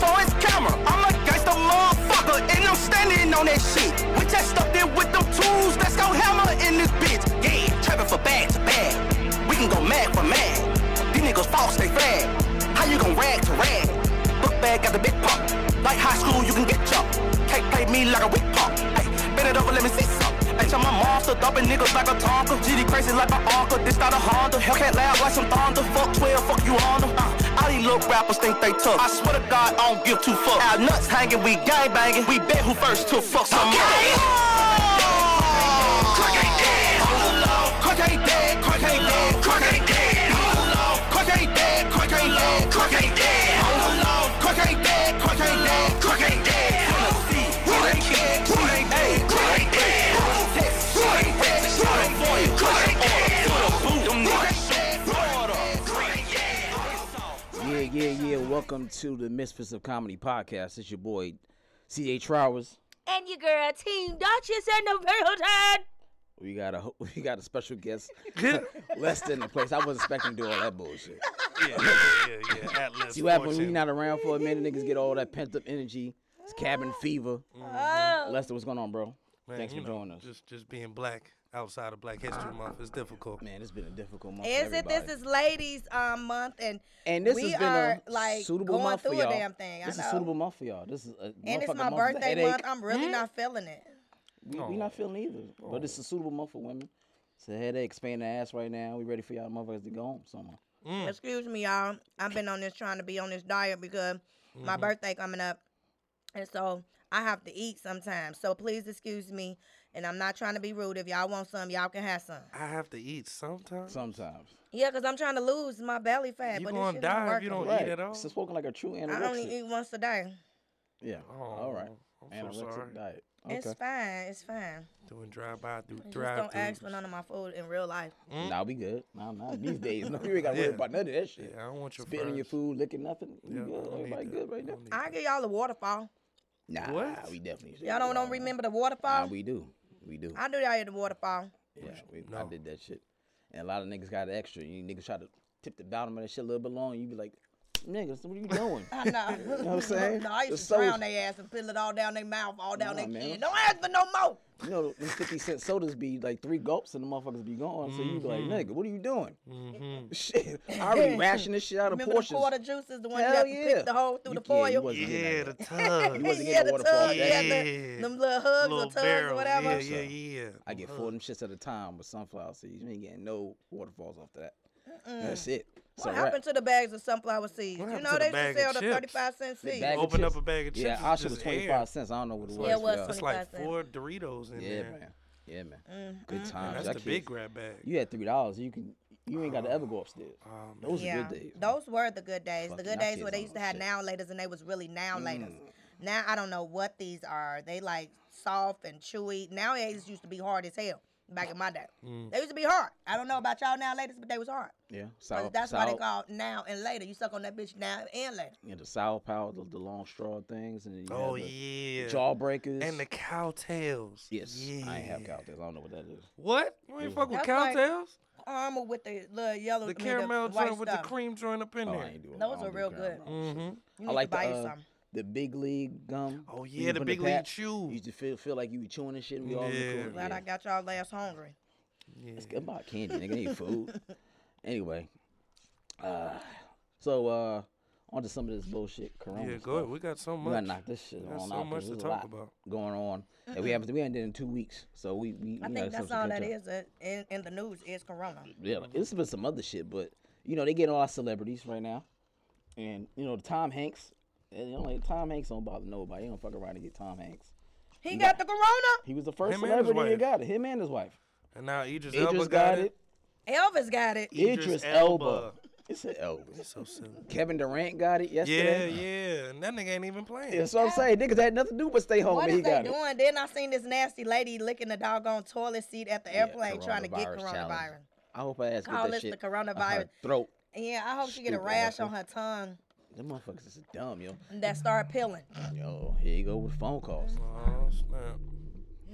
hammer. I'm a gangster motherfucker, and I'm standing on that shit. We just stuck there with them tools, let's go hammer in this bitch. Yeah, trapping for bag to bag. We can go mad for mad. These niggas false, they flag. How you gon' rag to rag? Book bag got the big pop. Like high school, you can get chopped. Can't play me like a weak pop. Hey, bend it over, let me see some. Ain't y'all my monster, dumping niggas like a Tonka. GD crazy like my uncle, this not a Honda. Hellcat loud like some thunder. Fuck 12, fuck you on them. Uh, all these little rappers think they tough. I swear to God, I don't give two fucks. Our nuts hanging, we gang banging. We bet who first to fuck some okay. up. Crack ain't dead. Hold on. Crack ain't dead. Crack ain't dead. Crack ain't dead. Hold on. Crack ain't dead. Crack ain't dead. Crack ain't dead. Hold on. Crack ain't dead. Crack ain't dead. Crack ain't dead. Crack ain't dead. Crack ain't dead. Crack ain't dead. Crack ain't dead. Crack ain't dead. Crack ain't dead. Them niggas dead. Crack ain't dead. Yeah, yeah, yeah. Welcome to the Misfits of Comedy podcast. It's your boy, CJ Trowers. And your girl, Team Duchess and the Velvet. We got a we got a special guest, less than the place. I wasn't expecting to do all that bullshit. Yeah, yeah, yeah. yeah. Atlas. See what happens when we not around for a minute? Niggas get all that pent up energy. It's cabin fever. Mm-hmm. Lester, what's going on, bro? Thanks for joining us. Just, just being black outside of Black History Month is difficult. Man, it's been a difficult month. for Is it? This everybody. is Ladies um, Month, and and this we has been are a like suitable going month through for y'all. a damn thing. I this know. is suitable month for y'all. This is a and it's motherfucking my month with a birthday headache. Mm. month. I'm really not feeling it. We, we not feeling either, but it's a suitable month for women. It's a headache, expand the ass right now. We ready for y'all motherfuckers to go home somewhere. Excuse me, y'all. I've been on this trying to be on this diet because Mm-hmm. my birthday coming up, and so I have to eat sometimes. So please excuse me, and I'm not trying to be rude. If y'all want some, y'all can have some. I have to eat sometimes. Sometimes, Yeah, cause I'm trying to lose my belly fat. You but gonna this shit die if not you working. don't right? eat at all? So spoken like a true I only anorexic. eat once a day. Yeah. all right. Oh, I'm so anorexic sorry. diet. It's fine. It's fine. Doing drive by through Just drive don't through. ask for none of my food in real life. Nah, we good. Nah, nah. These days, no, you ain't gotta worry Yeah. about none of that shit. Yeah, I don't want your Spitting your fries. food, licking nothing. We Yeah, I good. don't need Everybody that. good right now. I give y'all a waterfall. Nah, What? we definitely. Y'all don't, don't remember the waterfall? Nah, we do. We do. I do y'all at the waterfall. Yeah, we, I did that shit. And a lot of niggas got extra. You niggas try to tip the bottom of that shit a little bit long. You be like, niggas, what are you doing? I know. know what I'm saying? no, I The used to soul- drown their ass and peel it all down their mouth, all down Nah, their man. chin. Don't ask for no more. you know, them 50 cent sodas be like three gulps and the motherfuckers be gone. So you be Mm-hmm. like, nigga, what are you doing? Mm. Shit, I already rationed this shit out of Remember portions. the quarter juices, the one you Hell have to yeah. pick the hole through You- the foil? yeah, you wasn't getting Yeah, that. the tub. You wasn't Yeah, getting the a waterfall. tub, like that. yeah, Yeah. the, them little hugs Little or tubs or barrel. whatever. Yeah, yeah, yeah. I get four of them shits at a time with sunflower seeds. You ain't getting no waterfalls off that. That's it. So What happened to the bags of sunflower seeds? What You happened know to the they bag of should sell the chips? thirty-five cent seeds. bag of Open up chips. a bag of Yeah, chips. our it's shit was just air. 25 cents. I don't know what it was. it was for y'all. It's 25 like cents. four Doritos in Yeah, there. man. Yeah, man. Mm-hmm. Good times. Y'all That's the kids- big grab bag. You had three dollars. You can. You ain't got to ever go upstairs. Those are Yeah, good days. those were the good days. Fucking the good I days see where they some used to have shit. now laters and they was really now laters. Now I don't know what these are. They like soft and chewy. Nowadays used to be hard as hell. Back in my day, they used to be hard. I don't know about y'all now laters, but they was hard. Yeah, 'Cause sour. that's why sour, they call now and later. You suck on that bitch now and later. yeah, the sour power, the, the long straw things, and then you Oh have the yeah. jawbreakers. And the cow tails. yes, Yeah. I ain't have cowtails. I don't know what that is. What? You ain't fuck with That's cow like- tails? Armor with the little yellow, The I mean, caramel white joint with the stuff. cream joint up in Oh, I there. ain't doing. Those are real good. You I need like to buy the you uh, some. the big league gum. Oh, when yeah, you the put in Big League pack. Chew. You used to feel feel like you were chewing and shit. We all Yeah. yeah. Glad I got y'all last hungry. It's about candy, nigga. Ain't food. anyway, uh, so uh, onto some of this bullshit. Corona. Yeah, stuff. go ahead. We got so We much. gotta knock this shit There's on so out. 'cause much to there's a talk lot about. going on. And we haven't we haven't done in two weeks, so we we. I we think gotta that's some all catch that up. is uh, in, in the news is Corona. Yeah, Mm-hmm. like, it's been some other shit, but you know they get all our celebrities right now, and you know Tom Hanks. And you know, like, Tom Hanks don't bother nobody. They don't fuck around and get Tom Hanks. He got the Corona. He was the first Him and his celebrity that wife. got it. Him and his wife. And now Idris Idris Elba got, it. Elvis got it. Idris Idris Elba. Elba. It's an Elvis. So silly. Kevin Durant got it Yeah, yesterday. yeah. And that nigga ain't even playing. That's what I'm saying. Niggas had nothing to do but stay home, What and is Oh, he they got it. doing? Then I seen this nasty lady licking the doggone toilet seat at the airplane trying to get coronavirus coronavirus. challenge. I hope I asked Call that this shit the on her coronavirus. throat. Yeah, I hope she get a Stupid rash asshole. on her tongue Them motherfuckers is dumb, yo. that start peeling. Yo, here you go with phone calls. Oh, snap.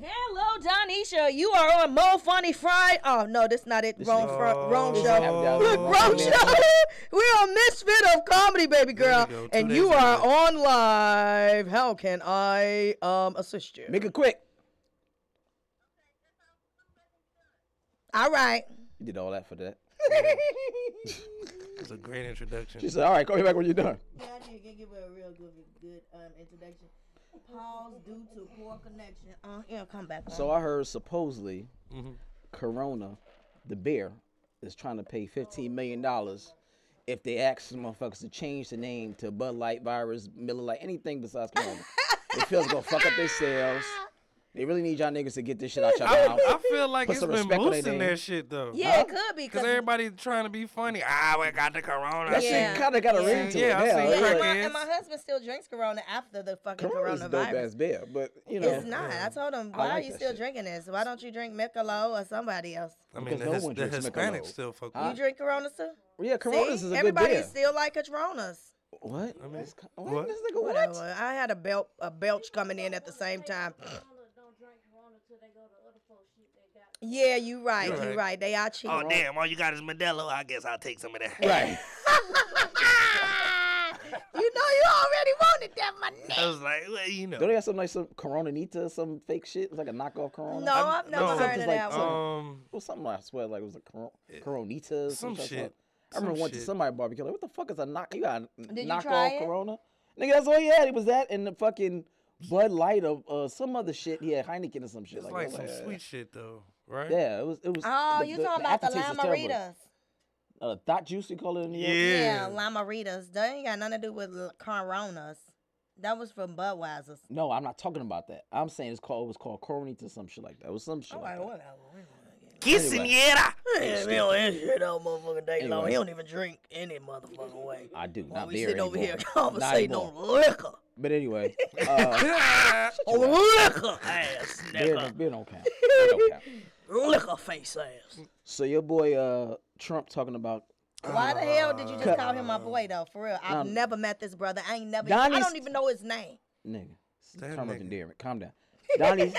Hello, Donisha. You are on Mo Funny Friday. Oh no, that's not it. This wrong, is- Oh, fro- wrong This is show. Happy Hour Look, with wrong Mr. show. We're on Misfit of Comedy, There you baby girl, go, two and days you ago. are on live. How can I um assist you? Make it quick. All right. You did all that for that. It's a great introduction. She said, "All right, call me back when you're done." I need to give her a real good, good um, introduction. Pause due to poor connection. Uh, yeah, come back. So I heard supposedly Mhm. Corona, the beer, is trying to pay fifteen million dollars if they ask some motherfuckers to change the name to Bud Light, Virus, Miller Light, anything besides Corona. they feel it's gonna fuck up their sales. They really need y'all niggas to get this shit out y'all I, mouth. I feel like Put it's some been respect on their boosting name. that shit though. yeah, it could be Cause everybody's trying to be funny. Ah, we got the corona. That Yeah. shit kind of got a ring to Yeah, I it now. seen It's Yeah, Correct like, and, my, and is- my husband still drinks Corona after the fucking Corona's a dope coronavirus. ass beer, but you know, It's not. I told him, why like are you that still shit. drinking this? Why don't you drink Michelob or somebody else? I mean, Because the, no his, one the drinks Hispanics Michelob. still fuck Huh? You with it. drink Corona too? yeah, Corona's See? is a good Everybody beer. still like a Coronas. What? I mean, This co- what? what? This nigga what? Whatever. I had a belt a belch coming in at the same time. Yeah, you right. You You're right. right. They are cheating. Oh damn! All you got is Modelo. I guess I'll take some of that. Right. You know you already wanted that money. I was like, well, you know. Don't they have some like some Corona Nita, some fake shit? It's like a knockoff Corona. No, Oh, I've never no. heard of Something's that like- one. Um, It was something I swear like it was a Coro- Coronita. or some something like shit. that. I Some remember once shit. to somebody barbecue like, what the fuck is a knock? You got a you knock try off it? Corona? Nigga, that's all he had. It was that and the fucking Bud Light of uh, some other shit. He had Heineken or some shit. it's like, like that. some Yeah. sweet shit though, right? Yeah, it was. It was. Oh, you talking about the aftertaste was terrible. limaritas. Uh, thought juice, you call it in New York? Yeah. Yeah, limaritas. That ain't got nothing to do with l- coronas. That was from Budweiser's. No, I'm not talking about that. I'm saying it's called. It was called Coronita, some shit like that. It was some shit. like that. Quinceañera. Yeah, we don't answer that motherfucking day long. Anyway. He don't even drink any motherfucking way. I do While not we beer sit over here anymore. Not conversating anymore. on liquor. But anyway, uh, On liquor ass, beer, nigga. don't- beer don't count. Beer don't count. Liquor face ass. So your boy uh, Trump talking about Why the hell did you just Cut. call him my boy though? For real, I've Nah. never met this brother. I ain't never. I Donnie's- don't even know his name. nigga. it's That Term of nigga. endearment. Calm down. Donnie,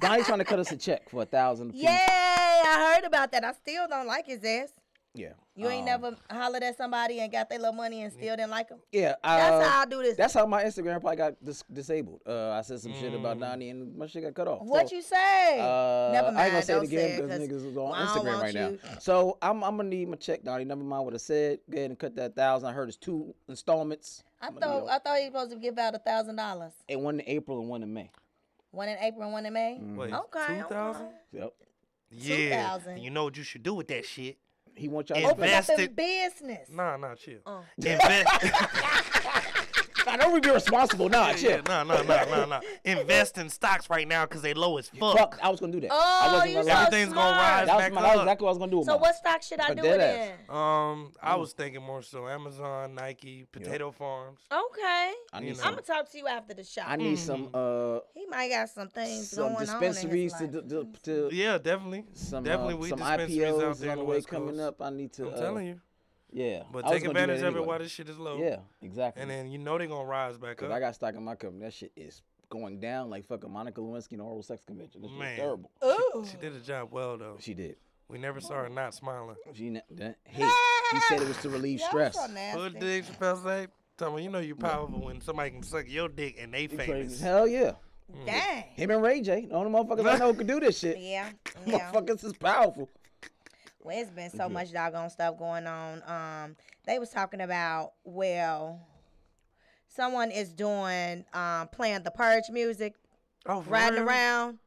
Donnie's trying to cut us a check for a thousand. apiece. Yay! I heard about that. I still don't like his ass. Yeah. You Um, ain't never hollered at somebody and got their little money and still didn't like him. Yeah. That's uh, how I do this. That's how my Instagram probably got dis- disabled. Uh, I said some shit Mm. about Donnie and my shit got cut off. What So, you say? Uh, Never mind. I ain't gonna say it don't again say because it, 'cause niggas is well, I on don't Instagram want right now. you- So I'm, I'm gonna need my check, Donnie. Never mind what I said. Go ahead and cut that thousand. I heard it's two installments. I thought I thought he was supposed to give out a thousand dollars. And one in April and one in May. One in April, and one in May. Mm. Wait, Okay, two thousand? okay. Yep. Yeah. 2,000. You know what you should do with that shit? He wants y'all. Open to up in Invested- business. Nah, nah, chill. Uh. Invest. I don't we be responsible. Nah, yeah, shit. nah, nah, nah, nah, nah. Invest in stocks right now because they low as fuck. Fuck, I was gonna do that. I Oh, wasn't you gonna so lie. Everything's gonna smart. rise. That was, back my, that was up. exactly what I was gonna do. With So mine. what stock should I But do dead it in? Um, I was thinking more so Amazon, Nike, Potato Farms. Okay. I need you know. I'm some. gonna talk to you after the show. I need some. Uh, he might got some things some going dispensaries on to, in his to, life. to, to Yeah, definitely. some definitely uh, we some dispensaries IPOs out is there on the in way West coming Coast. up. I need to. I'm uh, telling you. Yeah. But I was take gonna do that advantage of it anyway. while this shit is low. Yeah, exactly. And then you know they're gonna rise back Cause up. I got stock in my company. That shit is going down like fucking Monica Lewinsky in the oral sex convention. That shit's Man. terrible. Ooh. she did a job well though. She did. We never saw her not smiling. She ne- that hate. She said it was to relieve Y'all stress. so Who nasty. did Chappelle say? Tell me, you know you powerful when somebody can suck your dick and they famous. Hell yeah. Dang. Him and Ray J, the only motherfuckers I know who can do this shit. Yeah. Yeah. Motherfuckers is powerful. Well, it's been so much doggone stuff going on. Um, they was talking about well, someone is doing um playing the purge music, Oh, for riding real? around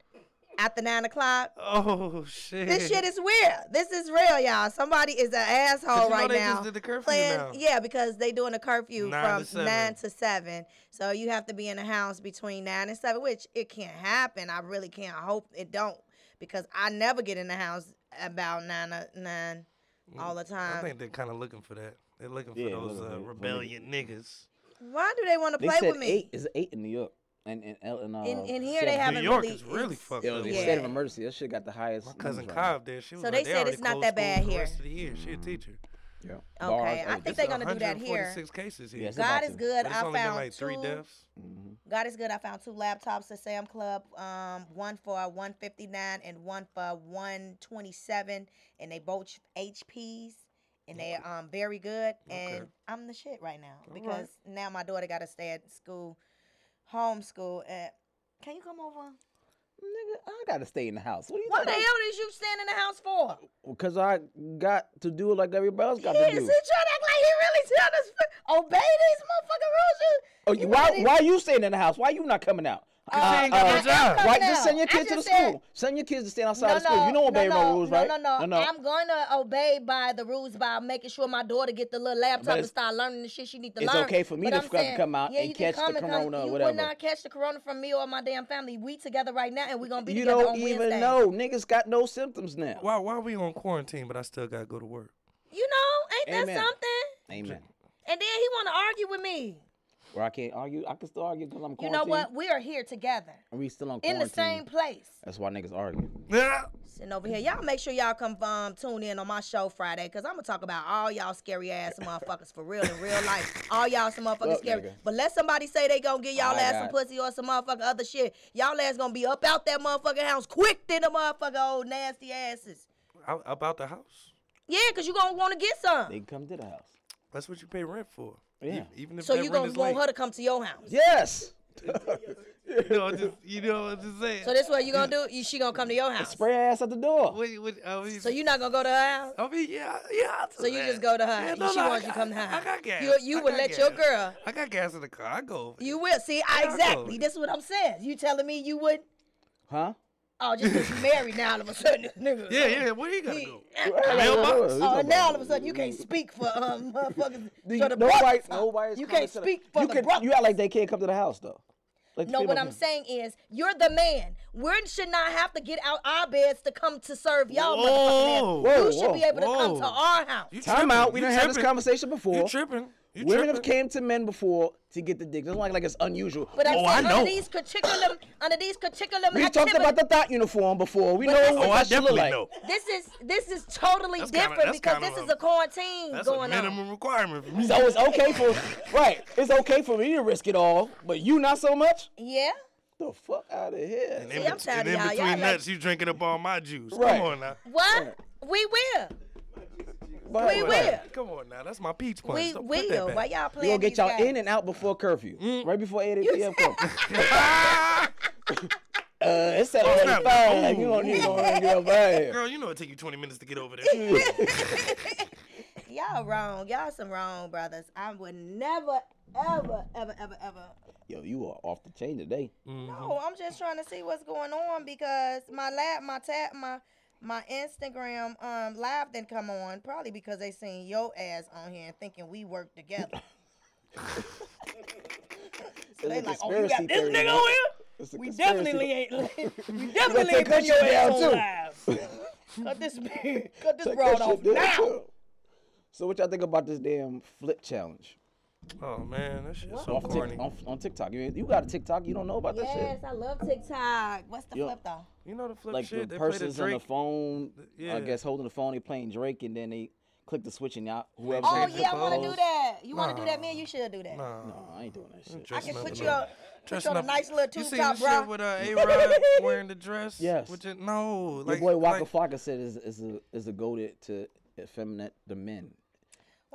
after nine o'clock. Oh shit. This shit is real. This is real, y'all. Somebody is an asshole you know right they now. just did the curfew playing, now. yeah, because they doing a curfew Nine from to seven. nine to seven. So you have to be in the house between nine and seven, which it can't happen. I really can't hope it don't because I never get in the house about nine o- nine all the Mm. I time. think they're kind of looking for that. They're looking for Yeah, those looking for uh, it. rebellion niggas. Why do they want to They play said with eight me? is eight in New York, and and L- and uh, In, in here seven- they haven't New York really, is really it's- fucked It was up. a Yeah. state of emergency. That shit got the highest. My cousin numbers right now. Cobb there. She was So like, they said already it's not closed that bad schools the Mm. here. Rest of the year, she a teacher. Yeah. Okay, I think they're gonna do that here. 146 cases here. Yes, it's God about is to. good. But it's I only been found like three two. deaths. hmm God is good. I found two laptops at Sam Club, um, one for 159 and one for 127, and they both HPs, and they're um very good. Okay. And I'm the shit right now All right. because now my daughter got to stay at school, homeschool. At can you come over? Nigga, I gotta stay in the house. What are you What the hell talking? is you staying in the house for? Because I got to do it like everybody else got he, to is he trying do. to act like he really trying to sp- obey these motherfucking rules? You, Uh, Oh, you, wanna why? be- Why you staying in the house? Why you not coming out? Uh, she ain't got no I am job. coming Why just send your out. I kids to the just said- school? Send your kids to stand outside the school. You don't obey no, rules, no, right? No, no, I'm gonna obey by the rules by making sure my daughter get the little laptop and it's- start learning the shit she need to it's learn. okay for me But to I'm fucking saying, come out yeah, and you can catch the come come- corona or you whatever. would not catch the corona from me or my damn family. We together right now and we're gonna be you together don't on even Wednesday. know. Niggas got no symptoms now. Why? Why we on quarantine? But I still gotta go to work. You know, ain't Amen. that something? Amen. And then he wanna argue with me. Where I can't argue, I can still argue because I'm You quarantined. know what? We are here together And we still on in quarantine. the same place. That's why niggas argue. Yeah. Sitting over here. Y'all make sure y'all come um, tune in on my show Friday because I'm going to talk about all y'all scary ass motherfuckers for real in real life. All y'all some motherfuckers Look, scary. nigga. But let somebody say they going to get y'all I ass some got- pussy or some motherfucking other shit. Y'all ass going to be up out that motherfucking house quick than the motherfucking old nasty asses. Out, about the house. Yeah, because you going to want to get some. They come to the house. That's what you pay rent for. E- Yeah. Even if so that you rent going is to want late. her to come to your house. Yes. you know, I'm just, you know what I'm just saying. So this what you going to do? You, she going to come to your house. Spray her ass at the door. What, what, I mean, So you not going to go to her house? I mean, yeah, yeah. I'll do So you that. just go to her. Yeah, house. no, she no, I wants got- you to come to her. I- house. I got gas. You, you I would got let your gas. girl. I got gas in the car. I go. Over You will see. I, Yeah, I exactly. know. This is what I'm saying. You telling me you would? Huh? Oh, just 'cause you married now, all of a sudden, this nigga. Yeah, yeah. What are you gonna He- do? Mailbox. Oh, and now all of a sudden you can't speak for um motherfuckers. The- for the nobody, brothers. nobody's You coming can't to the- speak for you the can, You brothers. act like they can't come to the house though. Like No, people what I'm can- saying is, you're the man. We should not have to get out our beds to come to serve y'all. Whoa. motherfucking ass. Whoa, you should be whoa, able to come to whoa. our house. You Time out. tripping. We You done had this tripping. conversation before. You tripping? You Women tripping? have came to men before to get the dick. That's not like it's unusual. But I'm Oh, saying I know. under these particular under these particular we talked activities, about the thought uniform before. We know this what is- Oh, I that should look definitely like. know. this is this is totally That's kinda- different that's because kinda this is a- a quarantine That's a going minimum on. requirement for me. So it's okay for right. It's okay for me to risk it all, but you not so much. Yeah. The fuck out of here. And in, See, I'm bet- and tired of in y'all. Y'all between like- nuts, you drinking up all my juice. Right. Come on now. What? We will. Right, we right. will. Come on now. That's my peach punch. We Don't put that will. back. Why y'all We playing? gonna get these y'all games? in and out before curfew, Mm. right before 8 p.m. curfew. Ah! Uh, it's at snap. 45. You Oh, Ooh. don't need to get up out here. Girl, you know it take you 20 minutes to get over there. Y'all wrong. Y'all some wrong brothers. I would never, ever, ever, ever, ever. Yo, you are off the chain today. No, Mm-hmm. I'm just trying to see what's going on because my lab, my tap, my my Instagram um live didn't come on probably because they seen your ass on here and thinking we work together. so they It's a like, oh, you got conspiracy this theory, nigga man. on here. It's a We conspiracy. definitely ain't. We But definitely take ain't that put your shit ass down, on live. Cut this, cut this Take road that off shit down, now. too. So what y'all think about this damn flip challenge oh, man. That shit's so off Tik- corny. on, on TikTok? You, you got a TikTok? You don't know about that Yes, shit? I love TikTok. What's the Yeah. flip though? You know the flip Like shit? the they play the person's on the Drake. phone, yeah. I guess holding the phone, they playing Drake, and then they click the switch and y'all whoever. Oh Change the yeah, I want to do pose. that. You want to do that, man? You should do that. Nah, Oh, I ain't doing that shit. I dressing can up put in you a- up. Put you dressing on a up- nice little You tube seen top, this bra. shit with uh, A-Rod wearing the dress? Yes. With your, no. Your Like, boy Waka like, Flocka said is is a is a goaded to effeminate the men.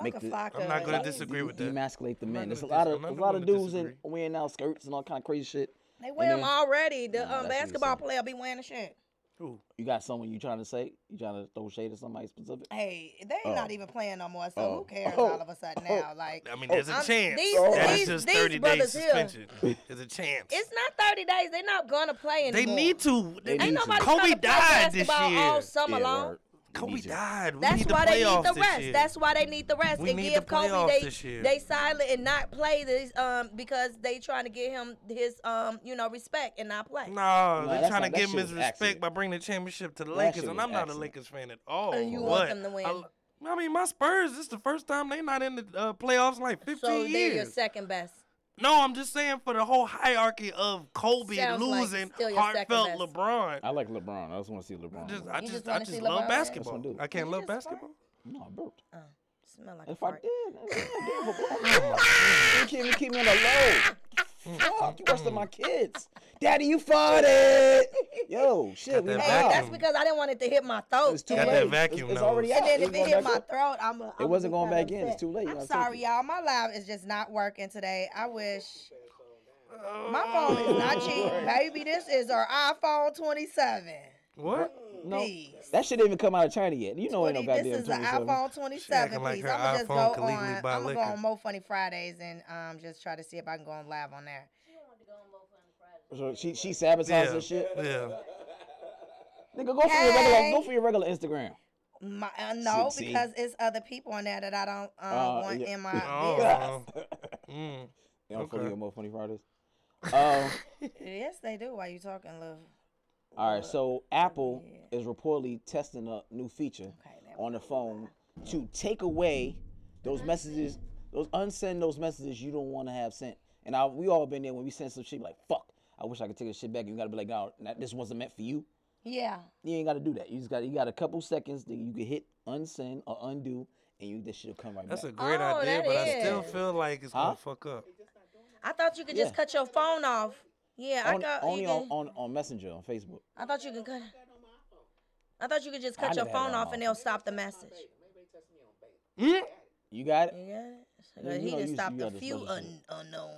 make Waka the- flocka. I'm not gonna They- disagree with that. Demasculate the men. gonna There's a dis- lot I'm of not there's a lot gonna of dudes in, disagree. wearing out skirts and all kind of crazy shit. They wear them then- already. Nah, The um, that's what he basketball said. player be wearing the shit. Ooh. You got someone you trying to say? You trying to throw shade at somebody specific? Hey, they Oh. ain't not even playing no more. So Oh. who cares? Oh. All of a sudden Oh. now, like I mean, there's a I'm- chance. these- That's these- just these 30 day brothers here. suspension. There's a chance. it's not 30 days. They not gonna play they anymore. need to. They Ain't need Ain't to. nobody Kobe trying to play died this basketball year. all summer Yeah, long. word. Kobe Need you. died. We That's need why the they need playoffs the this rest. year. That's why they need the rest We and need give the playoffs Kobe they this year. they silent and not play this um because they trying to get him his um you know respect and not play. No, No, they're that's trying not- to that give him shit his was respect accident. by bringing the championship to the That Lakers, shit and was I'm not accident. a Lakers fan at all. And you but want them to I, win. I mean, my Spurs. This is the first time they not in the uh, playoffs in like 15 So they're your years. second best. no, I'm just saying for the whole hierarchy of Kobe Sounds like it's losing, still your second heartfelt best. LeBron. I like LeBron. I just want to see LeBron. just, I You just, just I wanna just see love LeBron. basketball. That's what I do. I can't You love just smart. basketball. no, I burped. Smell like a If I fart. did, I would give a fuck. You keep me, keep me on the low. Fuck, you worse than my kids. Daddy, you farted. Yo, shit, we that out. Hey, that's because I didn't want it to hit my throat. um, It's too Got late. that It's- vacuum it's, nose. already out. And then It's if going it hit back my up. throat, I'm. A, I'm wasn't be going kinda back in. It's upset. too late. You I'm gotta take sorry, it. y'all. My live is just not working today. I wish. My phone is Oh, not cheap, baby. This is our iPhone 27. What? No, Please. that shit didn't even come out of China yet. You know, ain't no 20 goddamn this is an 27. iPhone She acting 27, like please. her I'm gonna just go iPhone can legally on. buy I'm gonna go liquor. on Mo Funny Fridays and um just try to see if I can go on live on there. So she she sabotaged Yeah. this shit. Yeah. Nigga, go for your regular Hey. go for your regular Instagram. My, uh, no, See- see. because it's other people on there that I don't um, Uh, want yeah. in my. business. Oh. mm. They don't follow Okay. your Mo Funny Fridays. Um, Yes, they do. Why you talking, love? all right, so Apple is reportedly testing a new feature that on the phone to take away those messages, those unsend those messages you don't want to have sent. And I, we all been there when we send some shit like fuck. I wish I could take this shit back. You gotta be like, no, nah, this wasn't meant for you. Yeah. You ain't gotta do that. You just got you got a couple seconds that you can hit unsend or undo, and you this shit'll come right That's back. a great Oh, idea, that but I still is. feel like it's Huh? gonna fuck up. I thought you could just Yeah. cut your phone off. Yeah, I On- got. only you on, can- on on Messenger on Facebook. I thought you could cut. I thought you could just I cut your never had phone that off and on. they'll stop the message. Mm. You got it. You got it? So Yeah, you he know done you- stopped you a got this few other shit. un- unknown.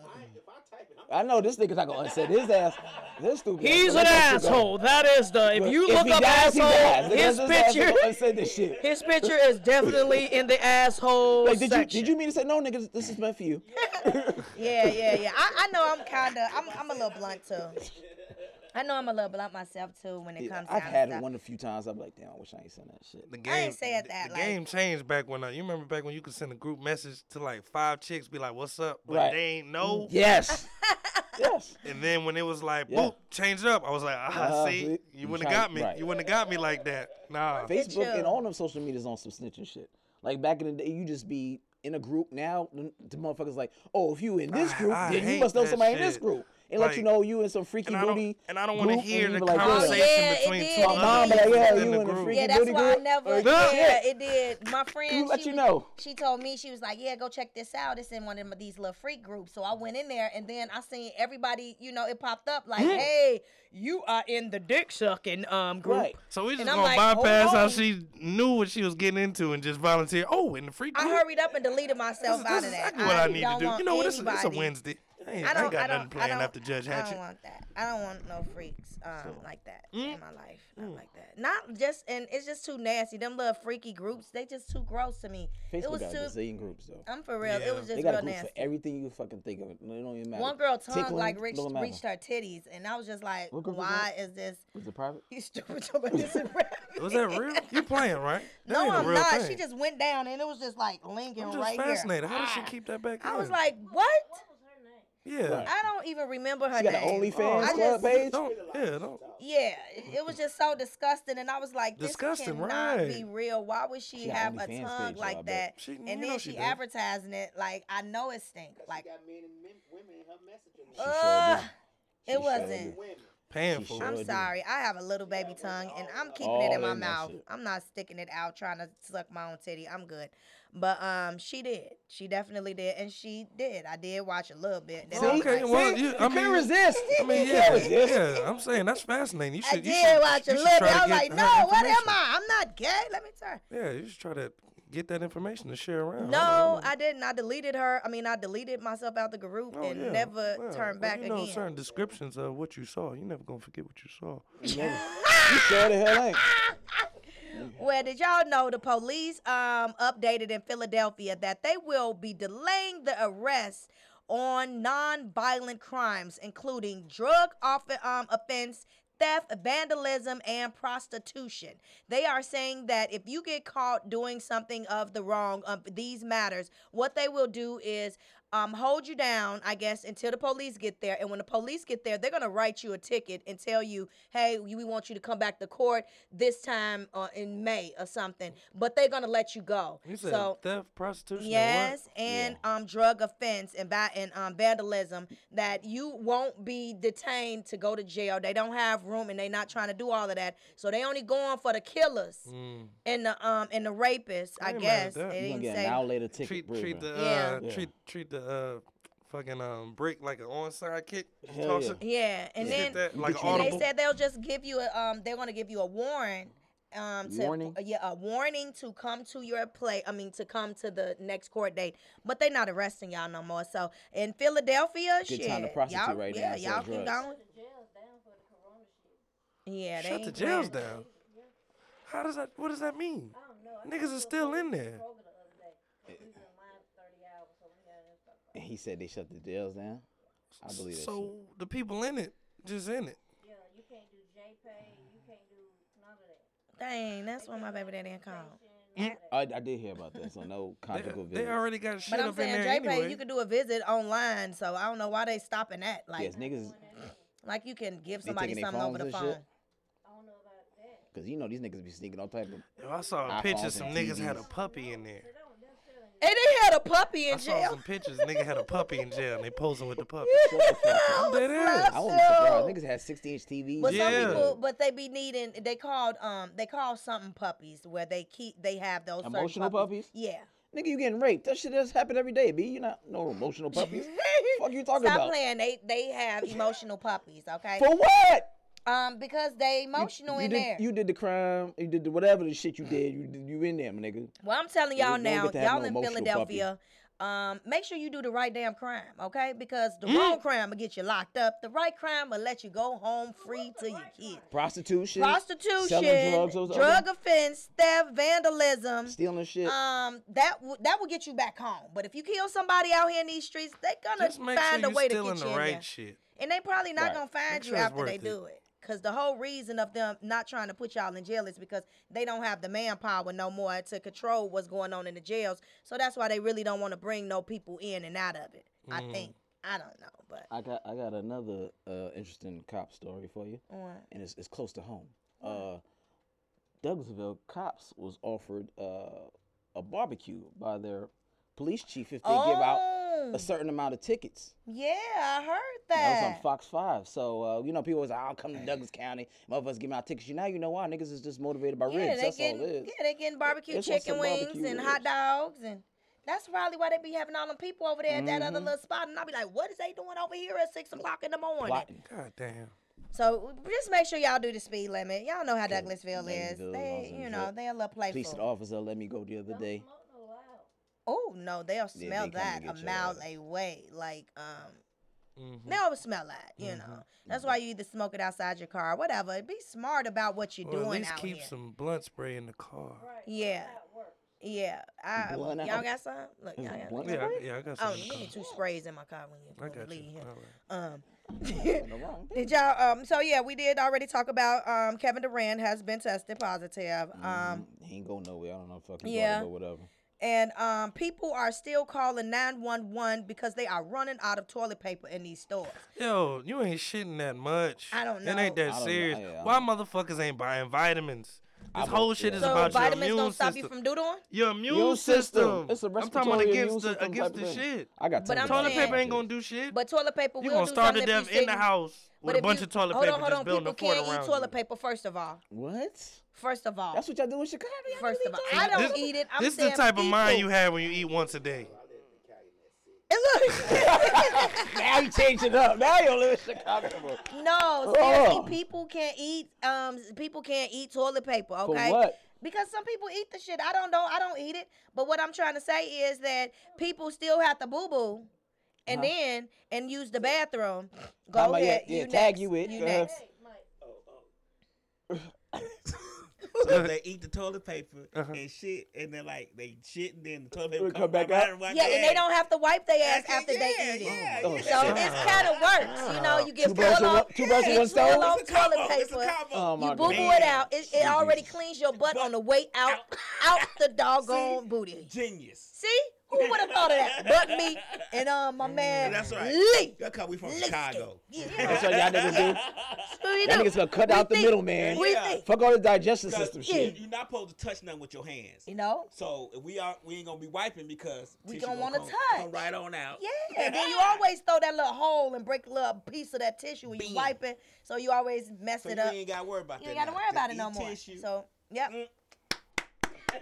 I know this nigga's not gonna unsend his ass. This stupid. He's an asshole. That is the. If you look he up dies, he dies. asshole, Nigga, his this ass picture, ain't gonna Unsend this shit. his picture is definitely in the asshole Like, did you section. did you mean to say no, nigga? This is meant for you. Yeah, yeah, yeah. I, I know I'm kind of, I'm, I'm a little blunt too. I know I'm a little blunt myself too when it comes I've down had to it stuff. one a few times. I'm like, damn, I wish I ain't sent that shit. The game, I ain't say it the- that, The like- game changed back when I, you remember back when you could send a group message to like five chicks, be like, "What's up?" but Right. they Mm, ain't know. Yes. yes. And then when it was like, Yeah. "Boop, change it up," I was like, "Ah, Uh-huh, see, see? you You wouldn't have tryna- got me. right. You wouldn't have got me like that." Nah. Facebook you. and all them social medias on some snitching shit. Like back in the day, you just be in a group. Now the the motherfuckers like, oh, if you in this I- group, I then you hate must know that somebody in this shit. group. And let you Like- know you in some freaky And I don't, booty. and I don't want to group, hear and the you be like, yeah. conversation Oh, yeah, it between did. two My mom be other like, people yeah, in you the in the group. freak- Yeah, that's booty why I good? never. Like yeah, that? it did. My friend, let she, you know. She told me she was like, "Yeah, go check this out. It's in one of these little freak groups." So I went in there, and then I seen everybody. You know, it popped up like, "Hey, You are in the dick sucking um group. Right. So we just And I'm gonna like, "Oh." hold bypass how on. she knew what she was getting into and just volunteer. Oh, in the freak I group. hurried up and deleted myself This out is of that. exactly what I need don't to do. want You know what? It's a, it's a anybody- Wednesday. I ain't, I I ain't don't got I don't, nothing I planned don't, after Judge I Hatchet. mm, don't want that. I don't want no freaks um, like that in my life. Not like that. Not just and it's just too nasty. Them little freaky groups, they just too gross to me. it Facebook was got a too. bazillion groups though. I'm for real. Yeah. It was They just got a real group for nasty. everything you fucking think of. It don't even matter. One girl tongue Tickling, like reached, don't matter. reached her titties, and I was just like, What group was "Why is this? Was it private? You stupid talking about this?" in front of Was me?" that real? You playing right? That No, ain't a I'm real not. Thing. She just went down, and it was just like linking I'm just right here. Ah. fascinated. How does she keep that back? I was in? like, "What? yeah. I don't even remember her She got an name." OnlyFans I club just- page. Don't, yeah, don't. Yeah, it- it was just so disgusting, and I was like, "This Disgusting, cannot right. be real. Why would she, She got have a OnlyFans tongue page, y'all, I like bet. that?" She- and you know then she she, do. advertising it like I know it stink. Like She sure Uh, did. She it sure wasn't. did. Painful. Sure I'm do. sorry. I have a little baby tongue, and I'm keeping All it in my in that mouth. shit. I'm not sticking it out trying to suck my own titty. I'm good. But um, she did. She definitely did, and she did. I did watch a little bit. Then I was Okay, like, well, See? you- I You couldn't mean- resist. I mean, You yeah, couldn't resist. yeah. I'm saying that's fascinating. You I should. you did should, watch a you should little bit. try to I was get like, her "No, what am information. I? I'm not gay. Let me turn." Yeah, you should try to get that information to share around. No, I didn't. I deleted her. I mean, I deleted myself out the group Oh, and yeah. never Well, turned well, back you know, again. certain descriptions of what you saw. You never gonna forget what you saw. You sure the hell ain't. Well, did y'all know the police um updated in Philadelphia that they will be delaying the arrest on non-violent crimes, including drug off- um, offense, theft, vandalism, and prostitution. They are saying that if you get caught doing something of the wrong of these matters, what they will do is um, hold you down, I guess, until the police get there. And when the police get there, they're gonna write you a ticket and tell you, "Hey, we we want you to come back to court this time uh, in May or something." But they're gonna let you go. You said so theft, prostitution, and what? Yes, and um, drug offense and by and um, vandalism that you won't be detained to go to jail. They don't have room, and they're not trying to do all of that. So they only going for the killers Mm. and the um and the rapists. I, ain't mad at guess that. they You You gonna didn't get say an outlater ticket, treat bruh, treat bruh. the Yeah. uh, treat treat the uh, fucking um brick like an onside kick. Just Hell toss yeah. it. yeah. And Hit then that like an and they audible. said they'll just give you a um they're gonna give you a warrant. Um, to, Warning? yeah, a warning to come to your play. I mean, to come to the next court date, but they not arresting y'all no more. So in Philadelphia, Good shit, time to prostitute y'all, right now yeah, and sell y'all keep drugs. going. Yeah, they Shut the ain't playing. jails down. How does that? What does that mean? Niggas are still in there. And he said they shut the jails down. I believe that. So the people in it, just in it. Dang, that's why my baby daddy ain't called. shit. I, I did hear about that. So no They, conjugal they visit. already got shit But I'm up in saying, there JPay, anyway. you can do a visit online, so I don't know why they stopping that. Like, yes, niggas. like you can give They somebody taking their something phones over the and phone. shit. Cause you know these niggas be sneaking all type of. Yo, I saw a picture. iPhones Some and niggas had a TVs. puppy in there. And they had a puppy I in saw jail. some pictures. Nigga had a puppy in jail, and they posing with the puppy. I was Dead ass. love I wasn't so. surprised. Niggas had 60 inch TVs. But Yeah. some people, but they be needing. They called um, they call something puppies where they keep they have those certain Emotional puppies. puppies? Yeah. Nigga, you getting raped. That shit just happen every day, B. You not no emotional puppies. fuck you talking Stop about? playing. They they have emotional puppies. Okay. For what? Um, because they emotional you in did, there. You did the crime. You did the, whatever the shit you did. You did- you in there, my nigga. Well, I'm telling y'all don't get now, to have y'all no in emotional Philadelphia, um, make sure you do the right damn crime, okay? Because the Mm. wrong crime will get you locked up. The right crime will let you go home free to your kids. Prostitution. Prostitution, Selling drugs. Those drug other, offense, theft, vandalism. stealing shit. Um, that w- that will get you back home. But if you kill somebody out here in these streets, they're gonna Just make find sure a you way to still in get the you in there. right shit. And they probably not Right. gonna find Make you sure it's after they worth it. do it. Cause the whole reason of them not trying to put y'all in jail is because they don't have the manpower no more to control what's going on in the jails. So that's why they really don't want to bring no people in and out of it. I Mm. think. I don't know, but I got I got another uh, interesting cop story for you, What? and it's it's close to home. Uh, Douglasville cops was offered uh, a barbecue by their police chief if they give out Oh, a certain amount of tickets. yeah, I heard That was that. on Fox Five. So uh, you know, people was like, "I'll come to Douglas County, motherfuckers give me out tickets." You now you know why niggas is just motivated by yeah, ribs. they That's getting all it is. yeah they getting barbecue It's on chicken some wings barbecue and ribs. hot dogs and. That's probably why they be having all them people over there at that Mm-hmm. other little spot, and I'll be like, "What is they doing over here at six o'clock in the morning?" Plotting. God damn. So just make sure y'all do the speed limit. Y'all know how Douglasville is. Douglasville, They, Los you know, Angeles. they a little Police playful. officer let me go the other day. Oh no, they'll smell come to that a get Mm-hmm. your mile ass. away. Like um, Mhm. they'll smell that. You Mm-hmm. know, that's why you either smoke it outside your car, or whatever. Be smart about what you're Or at doing least out keep here. some blunt spray in the car. Yeah, yeah. I, Blunt y'all out. got some? Look, y'all got. Blunt Yeah, spray? I, yeah, I got some. Oh, in the you car. need two sprays in my car when you I when you got you. leave here. All right. Um. No wrong. Did y'all? Um. So yeah, we did already talk about um. Kevin Durant has been tested positive. Mm-hmm. Um. He ain't go nowhere. I don't know if fucking yeah. yeah. or whatever. And um, people are still calling 911 because they are running out of toilet paper in these stores. Yo, you ain't shitting that much. I don't It ain't know. that I don't know. serious. Yeah, I Why motherfuckers ain't buying vitamins? This bought- whole shit yeah. is So about your vitamins immune don't stop system. you from doodling? your immune, Immune system. It's a I'm talking about respiratory immune against the system against type the of thing. shit. I got. But tons I'm of Toilet things saying- paper like ain't this. gonna do shit. But toilet paper you will gonna do start to something if you death in the sitting- house But with a if bunch you- of toilet hold paper on, hold just on. building People a fort can't around eat toilet you. paper, first of all. What? First of all. That's what y'all do in Chicago. Y'all First really of all. don't- I don't this, eat it. I'm this is saying the type of mind you people- have when you eat once a day. And look. Now you change it up. Now you don't live in Chicago. anymore. No, seriously, Ugh. people can't eat. Um, people can't eat toilet paper. Okay. what? Because some people eat the shit. I don't know. I don't eat it. But what I'm trying to say is that people still have to boo boo, and then and use the bathroom. Go Mama, Uh-huh. yeah, ahead. yeah, you tag next, you with, You go ahead. next. So Uh-huh. they eat the toilet paper and shit, and they're like they shit, and then the toilet paper It'll come back right out. and wipe Yeah, their and they ass. don't have to wipe their ass That's it, after yeah, they eat it. yeah, Oh, yeah. So it's kind of works, you know. You get Two full birds with on, one- two birds with one it's full stone? on It's a toilet combo, it's a paper. combo. Oh You my boo boo god. it out. It, it already cleans your butt on the way out, out the doggone booty. Genius. See? Who would have thought of that? Butt meat and um, my man Mm, That's right. Lee. That's how we from Let's Chicago. Yeah. That's what y'all niggas do. Scooby-Doo. Y'all niggas gonna cut out the think- middleman. We Yeah. think, Fuck all the digestive Because system you- shit. You're not supposed to touch nothing with your hands. you know? So if we are we ain't gonna be wiping because We tissue don't gonna wanna come- touch. Come right on out. Yeah, then you always throw that little hole and break a little piece of that tissue when you Bend. wipe it, so you always mess So it you up. ain't gotta worry about You that. ain't gotta now. worry Just about it eat no more. Tissue. So, yep. Mm.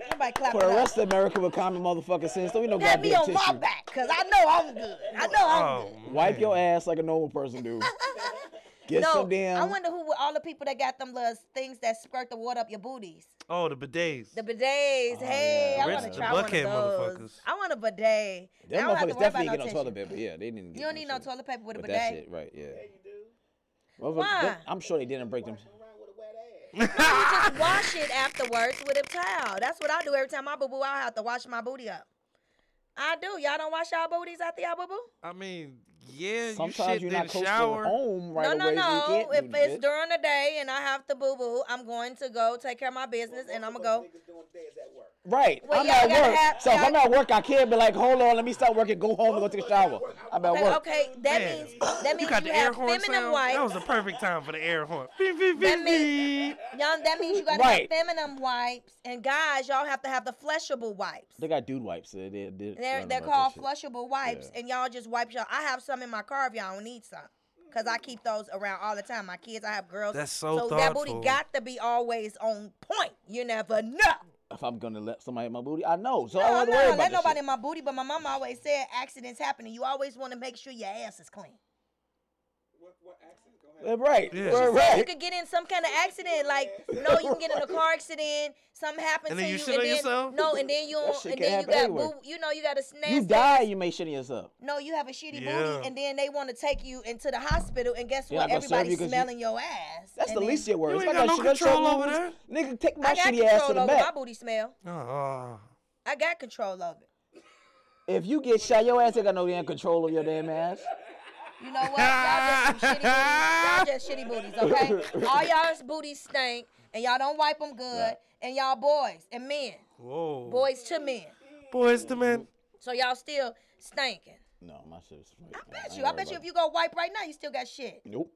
Everybody clap For the it up. rest of America with common motherfucking sense, don't we know Pat me goddamn on my tissue. back, cause I know I'm good. I know I'm good. Oh, Wipe man. your ass like a normal person do. Get No, some damn. I wonder who were all the people that got them little things that squirt the water up your booties. Oh, the bidets. The bidets. Oh, hey, I Rinse want to the try one of bucket, those. motherfuckers. I want a bidet. them I don't have to motherfuckers worry about definitely no get on tissue. toilet paper. Yeah, they didn't. Get You don't need no shit. toilet paper with a But that bidet. shit, right? Yeah. Why? Motherfuckers, them- I'm sure they didn't break them. No, you just wash it afterwards with a towel. That's what I do every time I boo boo. I have to wash my booty up. I do. Y'all don't wash y'all booties after y'all boo boo? I mean, yeah, Sometimes you're you shit not didn't close shower. to home right no, away. no, so you no. can't If do the it's shit. during the day and I have to boo boo, I'm going to go take care of my business and I'm gonna go. Right. Well, I'm y'all at gotta work. have- so if y'all- I'm at work, I can't be like, hold on, let me stop working, go home and go take a shower. I'm at Okay, work. okay. That Man, means that means You you, got the air have horn feminine sound. wife. That was the perfect time for the air horn. Beep, beep, That beep, means- beep. Y'all, that means you gotta Right. have feminine wipes, and guys, y'all have to have the flushable wipes. They got dude wipes. They, they, they They're learn they're about called that shit. flushable wipes, Yeah. and y'all just wipe y'all. I have some in my car if y'all don't need some, cause I keep those around all the time. My kids, I have girls. That's so that booty thoughtful. got to be always on point. You never know. If I'm gonna let somebody in my booty, I know. So I No, don't I'm have to not worry gonna about let that nobody shit. in my booty, but my mama always said accidents happen, and you always want to make sure your ass is clean. Yeah, Right. Yeah. Right. She So you right. could get in some kind of accident, like no, you can get in a car accident, something happened And then to you you, shit on and then yourself? no, and then you That don't- shit can and then you happen got everywhere. boo, you know you got a snatch. You die, you make shit of yourself. No, you have a shitty Yeah. booty, and then they want to take you into the hospital, and guess They're what? not gonna serve Everybody's you 'cause you- smelling your ass. That's and the then- least of your You worries. ain't I got no shit- shit control over moves. Nigga, take my I got shitty ass control to the over my back. booty smell. Oh, I got control over it. If you get shot, your ass ain't got no damn control of your damn ass. You know what? Y'all just some shitty booties. Y'all just shitty booties, okay? All y'all's booties stink, and y'all don't wipe them good, and y'all boys and men, whoa. boys to men. Boys the men. So y'all still stinking. No, my shit is I bet you. I bet you if you go wipe right now, you still got shit. Nope.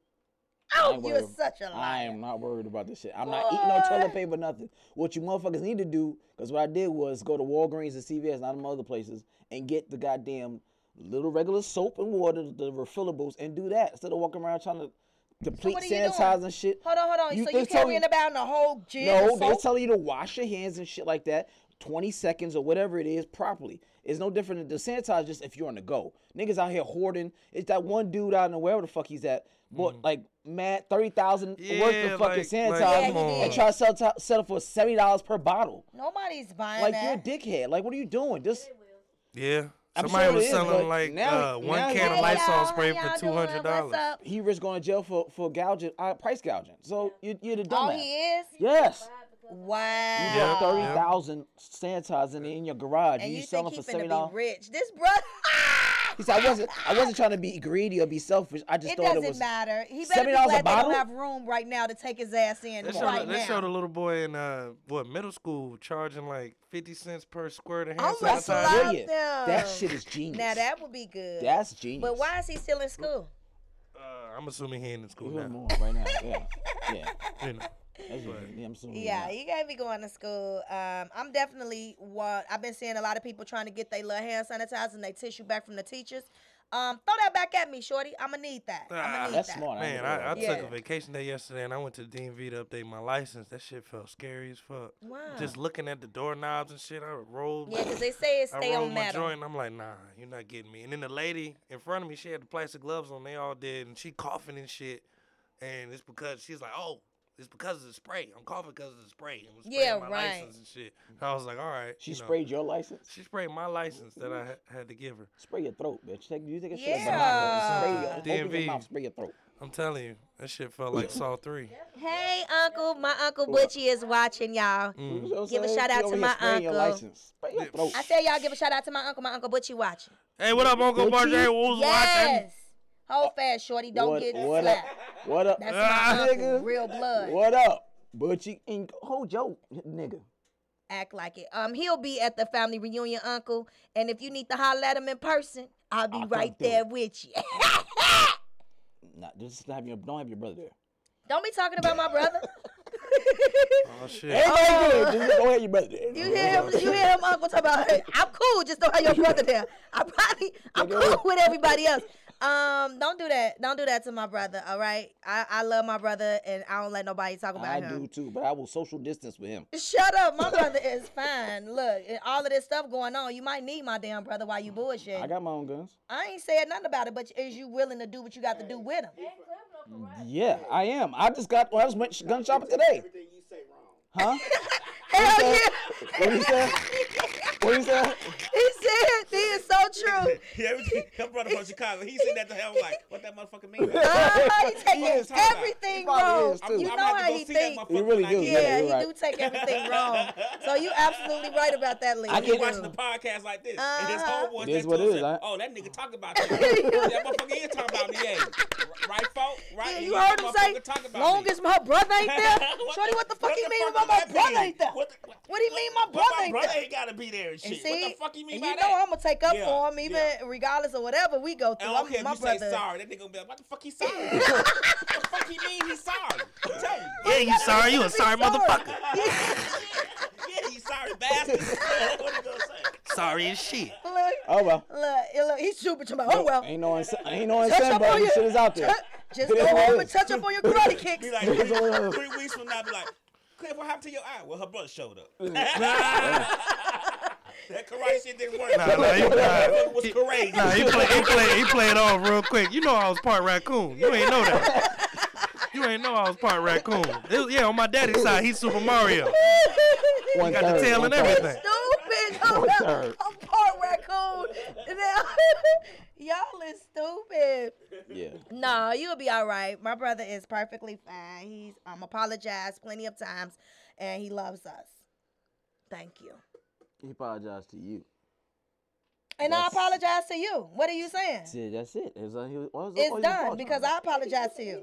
Oh, ain't you're worried ab- such a I liar. am not worried about this shit. I'm not eating no toilet paper, nothing. What you motherfuckers need to do, because what I did was go to Walgreens and CVS and all them other places and get the goddamn little regular soap and water, the refillables, and do that instead of walking around trying to deplete what are you doing? sanitizer and shit. Hold on, hold on. so they you tell carrying about the whole gym? No, of they're soap? telling you to wash your hands and shit like that. 20 seconds or whatever it is properly. It's no different than the sanitizer just if you're on the go. Niggas out here hoarding. It's that one dude out in the wherever the fuck he's at. Bought Mm. like mad 30,000 worth Yeah, of fucking like- like, sanitizer come Yeah, he did. and try to sell, to sell it for $70 per bottle. Nobody's buying Like you're a that. dickhead. Like what are you doing? Just Yeah. I'm Somebody sure it was is, but selling like now- uh, one now- can Hey, of Lysol y'all, spray how for y'all two hundred doing? dollars. What's up? he risks going to jail for, for gouging, uh, price gouging. So you, you're the Oh, dumbass. he is. Yes. Wow. You Yeah, got yeah. 30,000 sanitizer in your garage and you, selling think he for finna $70. be rich? This brother. He said, I wasn't, I wasn't trying to be greedy or be selfish. I just It thought doesn't it was. matter. He better be $70 a glad they bottle? don't have room right now to take his ass in They right showed, they now. showed a little boy in uh what middle school charging like fifty cents per squirt of I'm hand gonna sanitizer. slap Brilliant. them. That shit is genius. now that would be good. That's genius. But why is he still in school? Uh, I'm assuming he ain't in school We're doing now. more right now? Yeah, yeah. You know. That's what, yeah, I'm assuming Yeah, not. you gotta be going to school. Um, I'm definitely what I've been seeing a lot of people trying to get their little hand sanitizer and they tissue back from the teachers. Um, throw that back at me, shorty. I'ma need that. I'ma Ah, need That's that. smart. Man, never I, thought I about took Yeah. a vacation day yesterday and I went to the DMV to update my license. That shit felt scary as fuck. Wow. Just looking at the doorknobs and shit, I rolled. Yeah, 'cause they say it I stay rolled on my metal. joint. And I'm like, nah, you're not getting me. And then the lady in front of me, she had the plastic gloves on. They all did, and she coughing and shit. And it's because she's like, oh, it's because of the spray. I'm coughing because of the spray. And was spraying Yeah, my right. license and shit. I was like, all right. She you know. sprayed your license. She sprayed my license that I ha- had to give her. Spray your throat, bitch. Take, you take a shit. Yeah. Yeah. Spray your, open your DMV. mouth. Spray your throat. I'm telling you, that shit felt like Saw Three. Hey uncle, my uncle Butchie is watching y'all. Mm. You know what I'm Give a saying? shout She out over to here my spraying Your uncle. license. Spray your throat. I say y'all give a shout out to my uncle. My uncle Butchie watching. Hey, what up, Uncle Gucci? Barjay? Who's watching? Yes. Hold fast, shorty. Don't what, get what up? slapped. What up? That's Ah, my uncle, nigga. real blood. What up? But you ain't hold your nigga. act like it. Um, he'll be at the family reunion, Uncle. And if you need to holler at him in person, I'll be I'll come right through. there with you. Not just not have your don't have your brother there. Don't be talking about my brother. Oh shit. Everybody good. Just don't have your brother there. You hear him? You hear him? Uncle talk about "Hey, I'm cool. Just don't have your brother there. I probably I'm Nigga. cool with everybody else. Um, don't do that. Don't do that to my brother. All right. I, I love my brother, and I don't let nobody talk about I him. do too, but I will social distance with him. Shut up. My brother is fine. Look, and all of this stuff going on. You might need my damn brother while you bullshit. I got my own guns. I ain't said nothing about it, but is you willing to do what you got to do with him? Yeah, I am. I just got. Well, I just went sh- gun shopping today. Huh? Hell said- yeah. What you say? What you say? He said he is so true. Yeah, her brother from Chicago. He said that to him like, what that motherfucker mean? Uh, he taking is. everything He probably wrong. is, too. You I'm know how he think. He really do. Yeah, Yeah, he you're do right. take everything wrong. So you absolutely right about that, Lee. I You get- He watching the do. podcast like this, and his Uh-huh. homeboy It is said what to it him, is, I- "Oh, that nigga talk about you. that motherfucker is talking about me, yeah. Right, folk? Right? Yeah, nigga, you that heard him motherfucker talk say, about long me." as my brother ain't there. Shorty, what the fuck he the mean fuck about does my that brother ain't there? What, the, What do you mean my but brother my ain't brother there? ain't gotta be there and shit. And what see, the fuck you mean and by you know that? I'm gonna take up Yeah, for him, even yeah. regardless of whatever we go through. I don't I'm care if my Oh, you brother. say sorry. That nigga gonna be like, what the fuck he sorry? what the fuck he mean he's sorry? I'm telling you. Yeah, you sorry. You a sorry motherfucker. Yeah, he's sorry, bastard. what he gonna say? Sorry as shit. Look, Oh well. look, look, he's stupid to me. Oh well. Ain't no ins- ain't no Touch insane, up bro. on This your shit is out there. Just It go is what it home and is. touch up on your karate kicks. Be like, three, three weeks from now, be like, Cliff, what happened to your eye? Well, her brother showed up. that karate shit didn't work. Nah, nah, you, nah. That was crazy. Nah, he play, he play, he play it off real quick. You know I was part raccoon. You ain't know that. You ain't know I was part raccoon. It was- yeah, on my daddy's side, he's Super Mario. One Got the third, tail one and third. everything. Stupid. I'm, third. I'm part raccoon. Now, y'all is stupid. Yeah. No, you'll be all right. My brother is perfectly fine. He's um apologized plenty of times, and he loves us. Thank you. He apologized to you. And That's- I apologize to you. What are you saying? See, that's it. It was, uh, he was- what was- what It's was he done because apologizing? I apologize to you.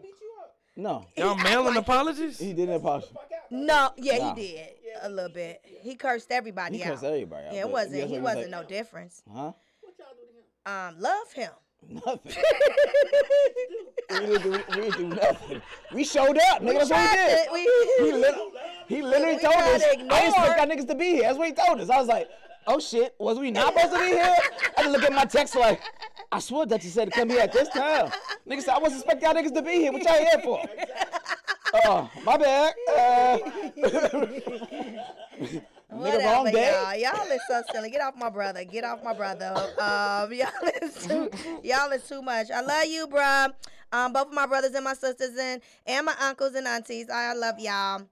No, Y'all mailing apologies? he didn't apologize. No, yeah, Nah. he did a little bit. He cursed everybody He out. cursed everybody out. yeah, it but wasn't. guess He what wasn't said? no difference. Huh? Um, love him. Nothing. we, didn't do, we didn't do nothing. We showed up, nigga. That's what we Tried did. to- we- He, lit- he literally We told tried us, to I didn't expect ignore- y'all niggas to be here. That's what he told us. I was like, oh shit, was we not supposed to be here? I had to look at my text like, I swear that you said to come here at this time. Niggas, said, I wasn't expecting y'all niggas to be here. What y'all here for? Oh, my bad. Uh, nigga, wrong Whatever, day. Y'all. y'all is so silly. Get off my brother. Get off my brother. Um, y'all is too, y'all is too much. I love you, bruh. Um, both of my brothers and my sisters and and my uncles and aunties. I love y'all.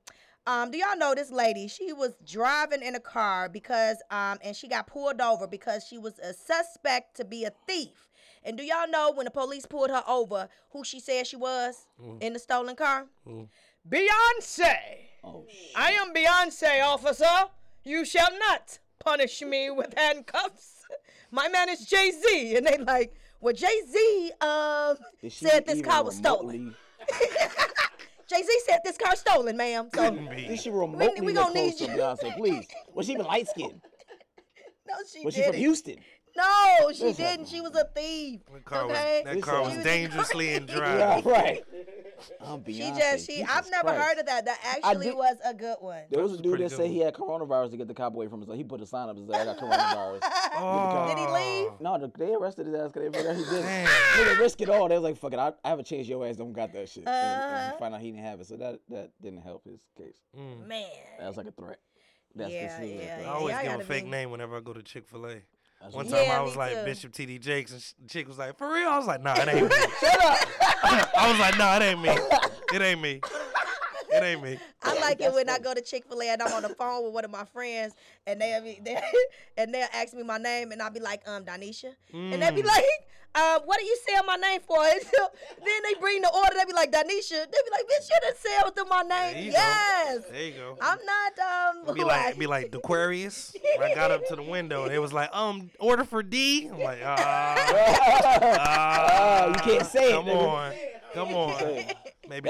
Um, do y'all know this lady? She was driving in a car because um, and she got pulled over because she was a suspect to be a thief. And do y'all know when the police pulled her over, who she said she was in the stolen car? Beyonce. Oh, shit. I am Beyonce, officer. You shall not punish me with handcuffs. My man is Jay Z, and they like, well, Jay Z Is um Uh, she Said this even car was stolen. remotely- Jay Z said this car stolen, ma'am. So Is she remotely we look gonna close need to you. Beyonce? Please. Was she even light skinned? no, she Was she didn't. from Houston? No, she Listen. didn't. She was a thief. That car was, okay. that car was Listen. dangerously in Yeah, drive. right. I'm Beyonce. she just she. I've never heard of that. That actually did- was a good one. There was a That's dude pretty that said good. he had coronavirus to get the cop away from us. He put a sign up and said, "I got coronavirus." Oh, Did he leave? no, the, they arrested his ass because they figured out he did. Damn. it. Nigga, risk it all. They was like, "Fuck it, I, I have a chance. Your ass don't got that shit." And- And, Uh-huh. he found out he didn't have it, so that that didn't help his case. Mm. Man. That was like a threat. That's Yeah, this is a yeah, threat. I always y'all give a gotta fake be- name whenever I go to Chick Fil A. That's One what- time Yeah, I was me like too. Bishop T D Jakes, and sh- chick was like, "For real?" I was like, "Nah, it ain't me." I was like, "Nah, it ain't me. It ain't me. It ain't me." I like it when I go to Chick Fil A and I'm on the phone with one of my friends, and they will be they and they'll ask me my name, and I'll be like, um, Donisha, and Mm. they'll be like, um, what are you saying my name for? And so, then they bring the order, they be like, Donisha, they be like, bitch, you done said them my There name, you go. yes, There you go. I'm not um, be like, be like, Aquarius. When I got up to the window, and it was like, um, order for D. I'm like, ah, Ah, ah, you can't say it, Come nigga. on, come on. Maybe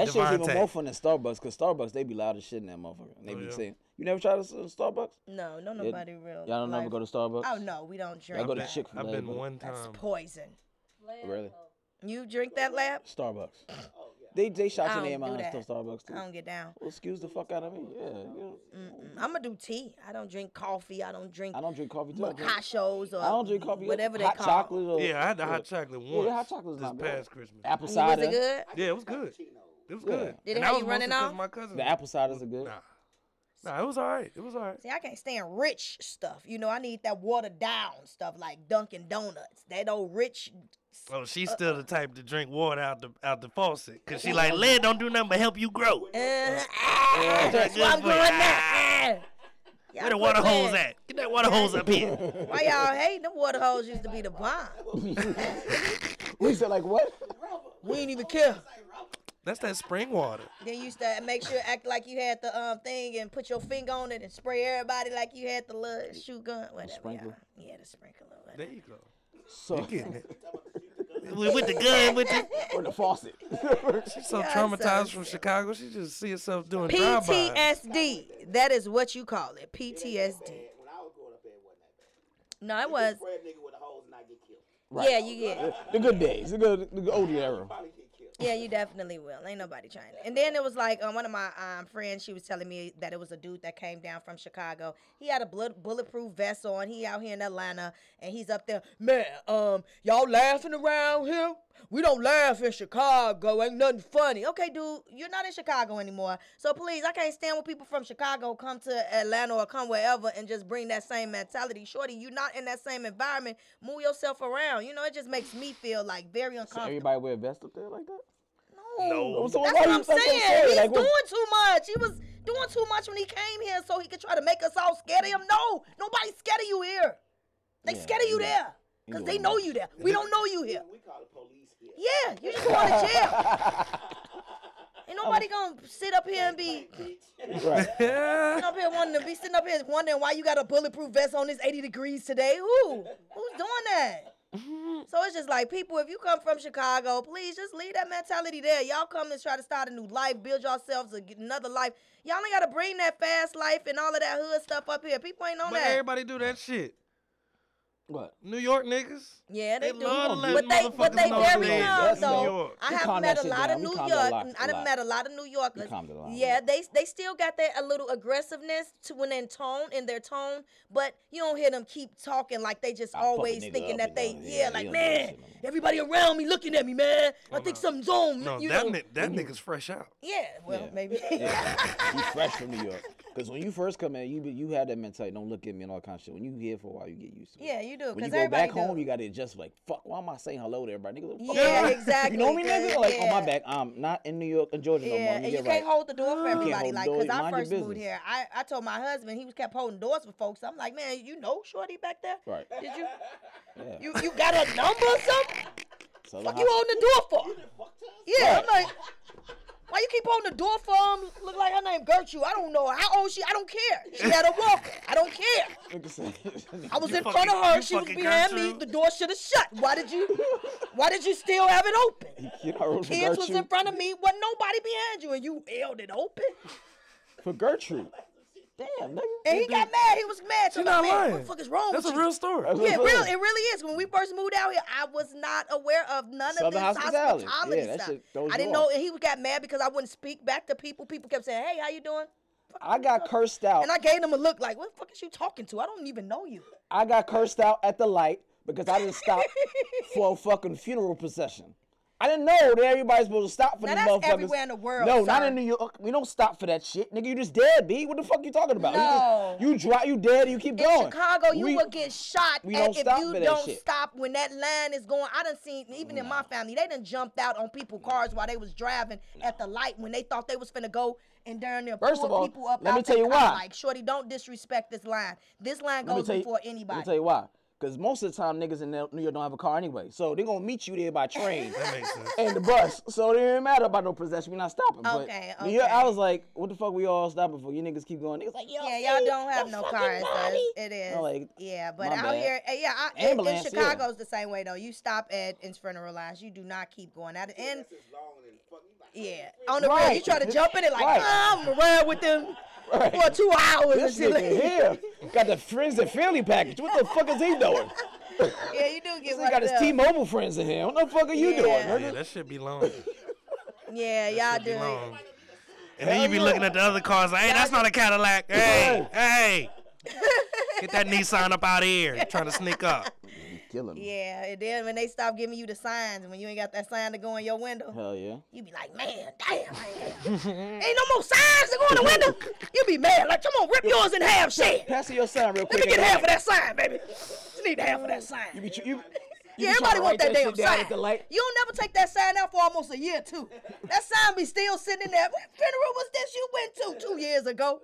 That shit's Devontae. even more fun than Starbucks, cause Starbucks they be loud as shit in that motherfucker. And They Oh, be yeah. saying, "You never tried a s- Starbucks? No, no, nobody real. Y'all don't life. never go to Starbucks? Oh no, we don't drink. Y'all go to that. Chick Fil I've A. been one That's time. poison. Really? You drink that lab? Starbucks. They they shot Oh, I your don't name do out that. and stuff Starbucks too. I don't get down. Well, excuse the fuck out of me. Yeah. You know, Mm. I'm gonna do tea. I don't drink coffee. I don't drink I don't drink coffee too. I drink- mochachos or I don't drink coffee. Whatever they hot call. chocolate or Yeah, I had the hot chocolate Yeah, once. hot chocolate's this not bad. past Christmas. apple Was cider. it good? Yeah, it was good. It was Yeah. good. Did it And have that you was mostly running 'cause off? My cousin. The apple cider's a good. Nah, nah, it was all right. It was all right. See, I can't stand rich stuff. You know, I need that watered down stuff like Dunkin' Donuts. That old rich. Oh, she's still the type to drink water out the out the faucet, cause she like lead don't do nothing but help you grow. Uh, ah, that's why I'm Good going for you. there. Where the water hose at? Get that water hose up here. Why y'all hate them water holes? Used to be the bomb. We said like what? We ain't even care. That's that spring water. Then you used to make sure act like you had the um thing and put your finger on it and spray everybody like you had the little shoe gun. Whatever. sprinkler? y'all- Yeah, the sprinkler. whatever. There you go. So Getting it. With with the gun, with the or the faucet. she's so Yeah, traumatized so- from Chicago, she just see herself doing drive by. PTSD. That is what you call it. PTSD. No, it was. Yeah, you get. the good days, the good, the good older era. Yeah, you definitely will. Ain't nobody trying. to. And then it was like um, one of my um, friends. She was telling me that it was a dude that came down from Chicago. He had a blood, bulletproof vest on. He out here in Atlanta, and he's up there. Man, um, y'all laughing around here? We don't laugh in Chicago. Ain't nothing funny. Okay, dude, you're not in Chicago anymore. So please, I can't stand when people from Chicago come to Atlanta or come wherever and just bring that same mentality. Shorty, you're not in that same environment. Move yourself around. You know, it just makes me feel like very uncomfortable. Everybody wear a vest up there like that. Oh. No. So That's why what you I'm so saying. concerned? He's Like, what- doing too much. He was doing too much when he came here, so he could try to make us all scared of him. No, nobody's scared of you here. They Yeah, scared of you yeah. there. Cause You they don't know know. you there. We don't know you here. We call the police here. Yeah, you just going to jail. Ain't nobody gonna sit up here and be Right. sitting up here wanting to be sitting up here wondering why you got a bulletproof vest on this 80 degrees today. Who? Who's doing that? So it's just like people, if you come from Chicago, please just leave that mentality there. Y'all come and try to start a new life, build yourselves a, another life. Y'all ain't gotta bring that fast life and all of that hood stuff up here. People ain't on But that. everybody do that shit. What? New York niggas. Yeah, they, They do. love to let but they, but motherfuckers they know very they calm invest in New though. York. I We have calm met that a shit lot of down. We New calm York. that lot- I done lot. met a lot of New Yorkers. calm that lot. Yeah, they they still got that a little aggressiveness to when in tone in their tone, but you don't hear them keep talking like they just fuck a always nigga thinking up and that they down. yeah, Yeah, like they don't do that man, shit no more." everybody around me looking at me, man. I think something's on. No, you that know. ni- that nigga's fresh out. yeah, well Yeah. maybe. you fresh from New York. Because when you first come in, you be- you had that mentality, don't look at me and all that kind of shit. When you here for a while, you get used to it. Yeah, you do, When 'cause you go back everybody do. home, you got to adjust. Like, fuck, why am I saying hello to everybody? Nigga, fuck Yeah, you. exactly, You know me, cause- nigga? Like, on yeah. my back, I'm not in New York and Georgia no more. Yeah, and you get can't right. hold the door for everybody. hold the Like, door, cause I mind your first moved business. here, I, I told my husband he was kept holding doors for folks. I'm like, man, you know Shorty back there? Right. Did you Yeah. you you got a number or something? So Fuck how- you holding the door for? Yeah, I'm like, why you keep holding the door for him? Look like her name Gertrude. I don't know how old she. I don't care. She had a walker. I don't care. Nigga said- I was You in front of fucking- her. you She was fucking behind me. Gertrude. The door should have shut. Why did you? Why did you still have it open? You know, I wrote for Kids was in Gertrude- front of me. Wasn't nobody behind you, and you held it open. For Gertrude. Damn, nigga. And he got mad. He was mad. So She not I'm like, "Man, lying. What the fuck is wrong That's with a you? real story. That's Yeah, what's it up. really, it really is. When we first moved out here, I was not aware of none of Southern this hospitality. hospitality, Yeah, that stuff. shit throws I you didn't off. know, and he got mad because I wouldn't speak back to people. People kept saying, "Hey, how you doing?" I got cursed out. And I gave him a look like, "What the fuck is you talking to? I don't even know you." I got cursed out at the light because I didn't stop for a fucking funeral procession. I didn't know that everybody's supposed to stop for Now these that's motherfuckers. everywhere in the world, No, not sir. in New York. We don't stop for that shit, nigga. You just dead, b. What the fuck you talking about? No. You, just, you dry, you dead, and you keep In going. Chicago, you We- will get shot we at don't if stop you for that don't shit. stop when that line is going. I done seen even in my family, they done jumped out on people cars while they was driving at the light when they thought they was finna go and darn near First pull of all, people up let me out their tell you car. why. Like, shorty, don't disrespect this line. This Let line me goes tell you- before anybody. Let me tell you why. Cause most of the time niggas in New York don't have a car anyway, so they're gonna meet you there by train That makes sense. and the bus. So it didn't matter about no possession. We're not stopping. But Okay, New York, I okay. was like, what the fuck? We all stopping for? You niggas keep going. Niggas like, yo, Yeah, y'all see, don't have the no fucking cars. uh, so body. it's- It is. I'm like, yeah, but my out bad. here, eh, yeah, I, in- Ambulance, in yeah. Chicago's the same way though. You stop at in front of lines, you do not keep going at it. And yeah, on the road, you Right. try to jump in it like Right. "Ah, I'm around with them Right. for two hours This until nigga here got the friends and family package. What the fuck is he doing? yeah, you do get He got one his T-Mobile friends in here. What the fuck are you doing? Yeah. Yeah, that should be long. Yeah, y'all Should be do. it. long. And then you be Hell looking yeah. at the other cars like, hey, that's not a Cadillac. Hey, hey. Get that Nissan up out of here. Trying to sneak up. Killing me. Yeah, and then when they stop giving you the signs, when you ain't got that sign to go in your window, Hell yeah. you be like, man, damn, man. ain't no more signs to go in the window. You be mad, like, come on, rip yours in half, shit. Pass me your sign real quick. Let me get and half of go. that sign, baby. You need half of that sign. You be, you, you yeah, be everybody trying to want that write damn shit down sign. at the light. You don't never take that sign out for almost a year too. That sign be still sitting in there. What funeral was this you went to two years ago?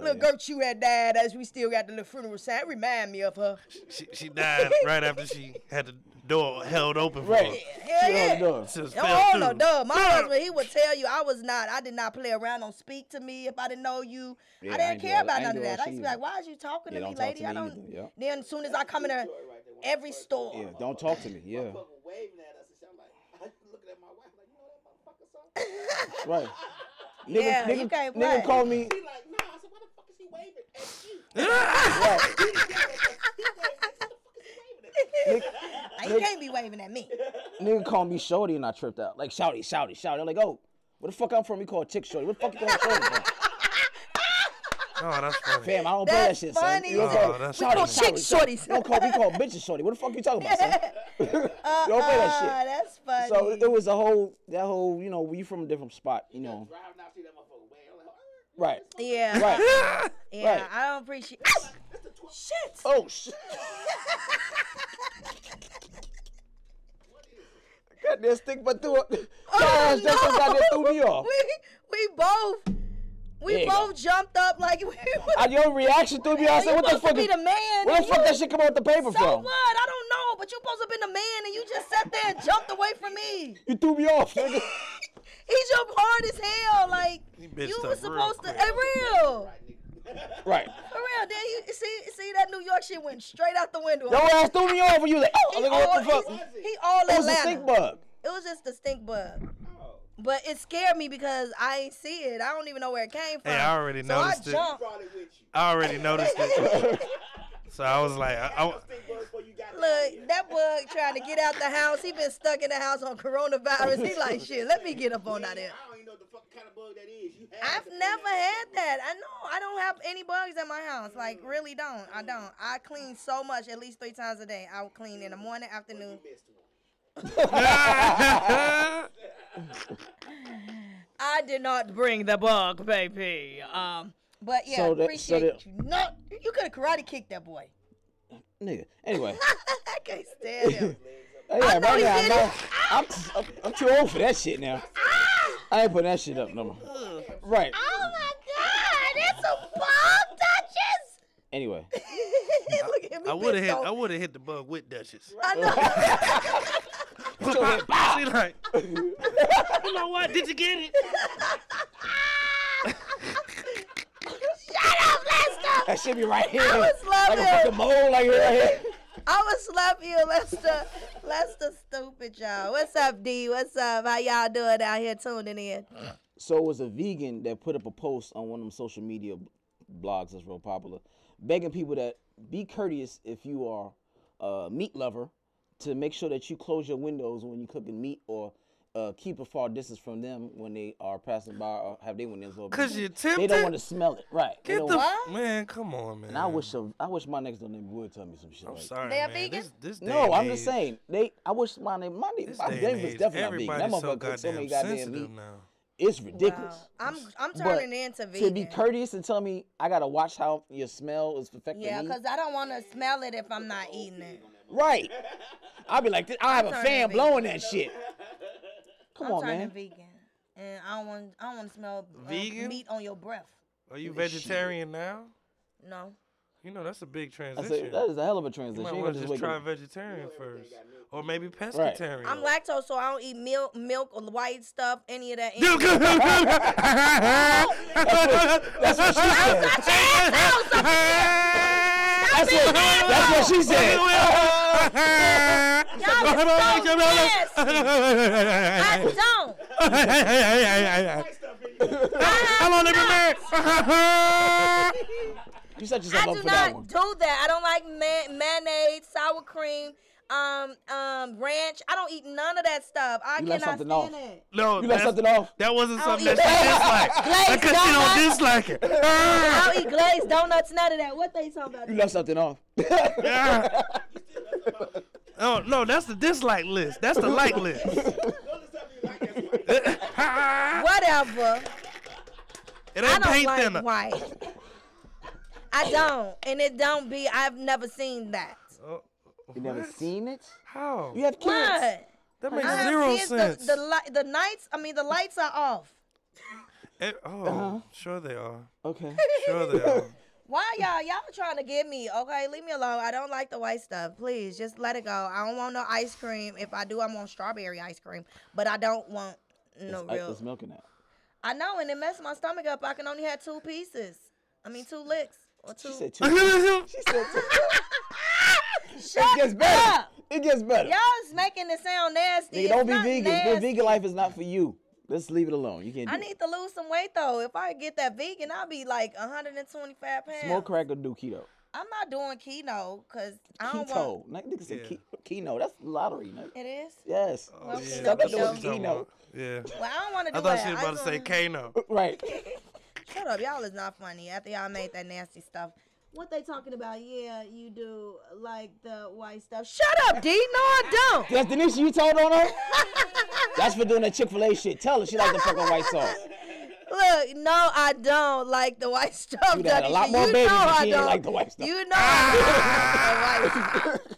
Little Gertrude had died as we still got the little funeral sign. It Remind me of her. She, she died right after she had the door held open for Right. her. Hell She yeah. on the door. She just fell Oh no, through. duh. My husband, he would tell you I was not. I did not play around. Don't speak to me if I didn't know you. Yeah, I I didn't ain't do care all- I about ain't none do of all that. I shit used to be like, either. why is you talking Yeah, to don't me, talk lady? to I me don't. either, yeah. Then as soon as I come in there, every store. Yeah, don't talk to me. Yeah. Right. Nigga, Yeah, nigga, you can't nigga play. called me. Like, you can't be waving at me. Nigga called me shorty and I tripped out. Like shouty, shouty, shouty. I'm like, oh, where the fuck I'm from? He called chick shorty. Where the fuck you call shorty from? Oh, that's funny. Fam, I don't play that That's shit, funny. son. You don't Oh, call, that's shorty, funny. shorty, shorty. shorties. You don't call, we call bitches shorty. What the fuck you talking about, son? you don't play that shit. Ah, Uh, that's funny. So it was a whole that whole you know we from a different spot you know. Right. yeah, Right. yeah. right. I don't appreciate. Shit. oh shit. Goddamn stick, but through it. Gosh, that's what goddamn threw me off. Oh, We we both There we you go. both jumped up like we. Uh, your reaction threw me off. I you said, what the supposed fuck? to be is- the man. Where and the fuck you- that shit come out the paper So from? what? I don't know, but you supposed to have been a man and you just sat there and jumped away from me. You threw me off. nigga. He's your hard as hell. Like He bitched you up was real supposed to quick. hey, real. right. For real. Then you see see that New York shit went straight out the window. Your ass threw me off, and you was like, oh, he, I'm like, all, what the fuck? he's- he all It was a Atlanta. stink bug. It was just a stink bug. But it scared me because I ain't see it. I don't even know where it came from. Hey, I already so noticed I it. jumped. I already noticed it. So I was like, I, I, Look, that bug trying to get out the house. He been stuck in the house on coronavirus. He like, shit, let me get up on out there. I've never had that. I know. I don't have any bugs at my house. Like, really don't. I don't. I clean so much, at least three times a day. I will clean in the morning, afternoon. I did not bring the bug, baby. Um, But yeah, So that- so appreciate that- you. Not, you could have karate kicked that boy. Nigga. Anyway. I can't stand him. Yeah, know right he now, I'm, did not, I'm, I'm, I'm too old for that shit now. Ah! I ain't putting that shit up no more. Right. oh my God, that's a bug, Duchess. Anyway, Look at me. I would have bitch, hit. don't- I would have hit the bug with Duchess. I know. she like, you know what? Did you get it? Shut up, Lester. that should be right here. I was like a loving- fucking mole, like right here. I would slap you, Lester. Lester, stupid y'all. What's up, D? What's up? How y'all doing out here tuning in? So it was a vegan that put up a post on one of them social media b- blogs that's real popular, begging people that be courteous if you are a meat lover to make sure that you close your windows when you're cooking meat or uh, keep a far distance from them when they are passing by or have their windows open. 'Cause you're They don't tempted? want to smell it, right? They Get don't the want- f- man. Come on, man. And I wish a- I wish my next door neighbor would tell me some shit. I'm like- sorry, They are man. vegan? This, this day No, and I'm just age- saying they. I wish my neighbor, my neighbor, This my day and neighbor's age, definitely not vegan. That everybody's so motherfucker cooks so many goddamn goddamn meat. sensitive now. It's ridiculous. Wow. I'm I'm But turning into To be vegan. courteous and tell me I gotta watch how your smell is affecting yeah, me. cause I don't want to smell it if I'm not eating it. right. I'll be like, I have a turning fan vegan. blowing that shit. Come I'm on, turning man. vegan, and I don't want I don't want to smell uh, Vegan? meat on your breath. Are you vegetarian now? No, You know, that's a big I said, transition. that is a hell of a you transition. might You ain't want gonna to just wake just try up. vegetarian first, or maybe Right. pescatarian. I'm lactose, so I don't eat milk, milk or white stuff, any of that. That's That's what what, she said. That's what, that's what she said. I don't. I'm on every man. You set yourself I up do for that not one. do that. I don't like ma- mayonnaise, sour cream, um, um, ranch. I don't eat none of that stuff. I You left cannot something stand off. it. No, You left that's- something off. That wasn't I don't something that eat she disliked. Glazed Because she don't donuts. dislike it. I don't eat glazed donuts, none of that. What they talking about? You left something off. Oh no, that's the dislike list. That's the like list. it Whatever. I ain't don't paint like thinner. white. I don't, and it don't be. I've never seen that. You never seen it? Oh, How? You have kids. What? That makes I have zero kids, sense. The, the, li- the nights, I mean, the lights are off. Eh, Uh-huh. oh, sure they are. Okay. Sure they are. Why y'all y'all trying to get me? Okay, leave me alone. I don't like the white stuff. Please just let it go. I don't want no ice cream. If I do, I want strawberry ice cream. But I don't want no I real. was milking that. I know, and it messed my stomach up. I can only have two pieces. I mean, two licks or two. She said two. She said two. it gets better. up. It gets better. Y'all's making it sound nasty. Nigga, don't It's be not vegan. Nasty. Your vegan life is not for you. Let's leave it alone. You can't do I need to lose some weight though. If I get that vegan, I'll be like 125 pounds. it. Smoke crack or do keto. I'm not doing keto because I don't Keto. want. Nigga nigga said Yeah. Oh, ke- keto. That's lottery, nigga. It is. Yes. Well, Yeah, keto, Stuck that's up doing what keto. she talking keto. about. Yeah. Well, I don't want to do I thought that. she was about to just say wanna- Kano. Right. Shut up, y'all is not funny. After y'all made that nasty stuff. What they talking about? Yeah, you do like the white stuff. Shut up, D. No, I don't. That's the issue you told on her? That's for doing that Chick fil A shit. Tell her she like the fucking white sauce. Look, no, I don't like the white stuff. You'd have had a Dougie. lot more you babies if know I she ain't don't. like the white stuff. You know I don't like the white stuff.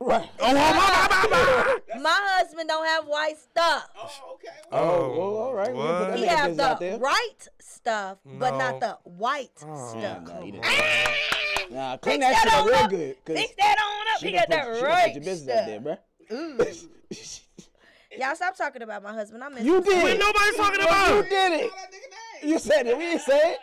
Right. Oh, My husband don't have white stuff. Oh, well, all right. We'll put What? that He nigga have business out the there. Oh, right stuff, but No. not the white Nah, stuff. Ah! nah, he didn't. Nah, clean Fix that shit that up on real up. good. 'cause Fix that on up. she He done got put- that she done right Put your business out stuff. there, bruh. Y'all stop talking about my husband. I'm You did Wait, it. nobody's talking You about it. did it. You said it. We didn't say it.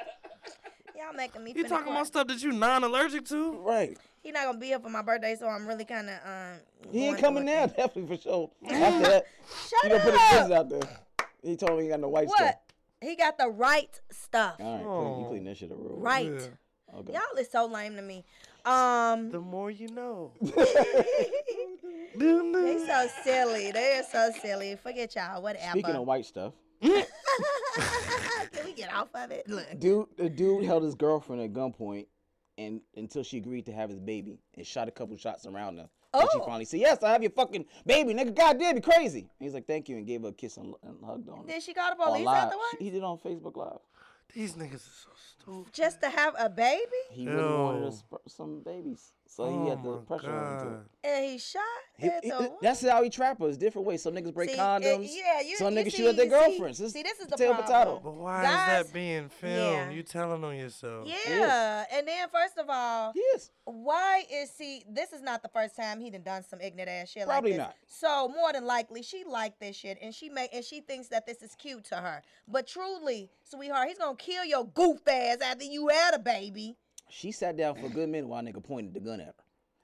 Y'all making me. You finna talking cry. about stuff that you non-allergic to? Right. He not gonna be here for my birthday, so I'm really kind of um. He ain't going coming through now, it. definitely for sure. After that, he Shut gonna put his business up. out there. He told me he got no white stuff. What? He got the right stuff. All right, clean, you clean that shit up real quick. Right. Yeah. Okay. Y'all is so lame to me. Um, The more you know. they so silly. They are so silly. Forget y'all. Whatever. Speaking of white stuff, Can we get off of it? Look. dude, the dude held his girlfriend at gunpoint, and until she agreed to have his baby, and shot a couple shots around her. And she Oh. finally said, "Yes, I have your fucking baby, nigga. Goddamn, you crazy." And he's like, "Thank you," and gave her a kiss and, and hugged on her. Did she call the On police live. afterwards? She- he did it on Facebook Live. These niggas are so stupid. Just to have a baby, He really wanted Ew. us sp- some babies, so Oh, he had to Oh my pressure her into it. God. and he shot. He- at he- the th- wo- that's how he trap us. Different ways. Some niggas break See, it- condoms. yeah, you- some you niggas see- shoot at their you see- girlfriends. It's see, this is the potato, problem. Potato. But why is Guys- that being filmed? Yeah. You telling on yourself. yeah, and then first of all, Yes. why is he this is not the first time he done done some ignorant ass shit Probably like this. not. so more than likely she liked this shit and she may and she thinks that this is cute to her but truly sweetheart he's gonna kill your goof ass after you had a baby She sat down for a good minute while nigga pointed the gun at her.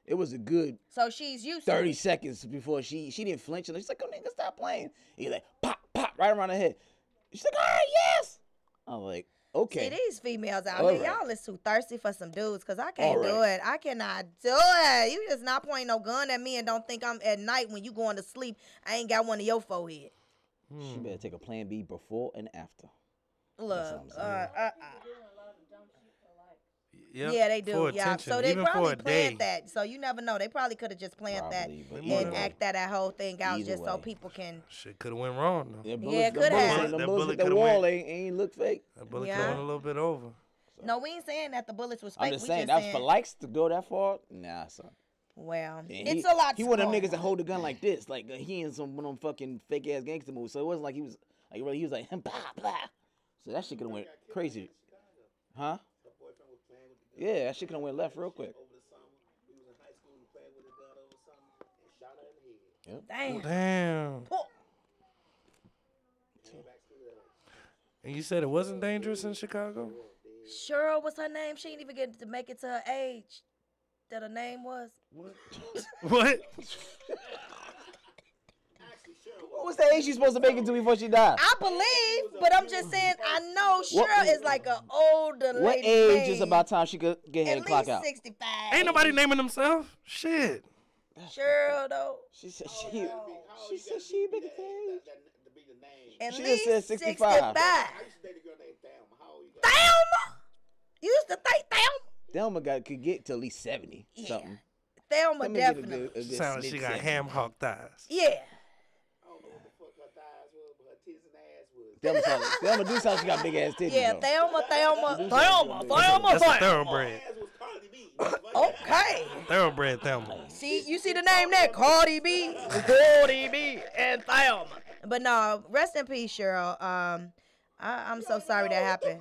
It was a good so she's used to thirty it. seconds before she she didn't flinch and she's like, "Oh nigga, stop playing." He like pop pop right around her head. She's like, "All right, yes." I'm like, See, okay. these females out All here, right. y'all is too thirsty for some dudes, cause I can't All do right. it. I cannot do it. You just not point no gun at me and don't think I'm at night when you going to sleep. I ain't got one of your forehead. She better take a plan B before and after. Look, what uh, uh, uh, Yep, Yeah, they do. For yeah, attention, so they even for probably a day. planned that. So you never know. They probably could have just planned Probably, but that either and way. act that, that whole thing out Either just so way. people can. Shit could have went wrong though. Them Yeah, it bullets- them could bullets- have. Them That bullets bullet hit the coulda wall went. ain't, ain't look fake. That bullet Yeah. could have went a little bit over. No, we ain't saying that the bullets was fake. I'm just we saying, just that was saying, for likes to go that far. Nah, son. Well, And it's he, a lot. He one of them going niggas that on. hold a gun like this, like uh, he in some one of them fucking fake ass gangster movies. So it wasn't like he was like really. He was like blah blah. So that shit could have went crazy, huh? Yeah, that shit could have went left real quick. Damn. Damn. Poor- And you said it wasn't dangerous in Chicago? Cheryl was her name. She didn't even get to make it to her age that her name was. What? What was the age she supposed to make it to before she died? I believe, but I'm just saying I know Cheryl What- is like an older lady. What age is name. about time she could get ahead At and clock least out? 65. Ain't nobody naming themselves? Shit. Cheryl though. She said she. She said she make it to age. At She just least said 65. 65. Thelma? You used to think Thelma? Thelma got could get to at least seventy something. Thelma Thelma get a definitely. good, a good Sounds like she sneak got 70. ham hock thighs. Yeah. Thelma, sound- Thelma do sound like she got big ass titties. Yeah, though. Thelma, Thelma, Thelma, Thelma, That's a Thelma. thoroughbred. Okay. Thoroughbred Thelma. See, you see the name there, Cardi B. Cardi B and Thelma. But no, rest in peace, Cheryl. Um, I, I'm so sorry that happened.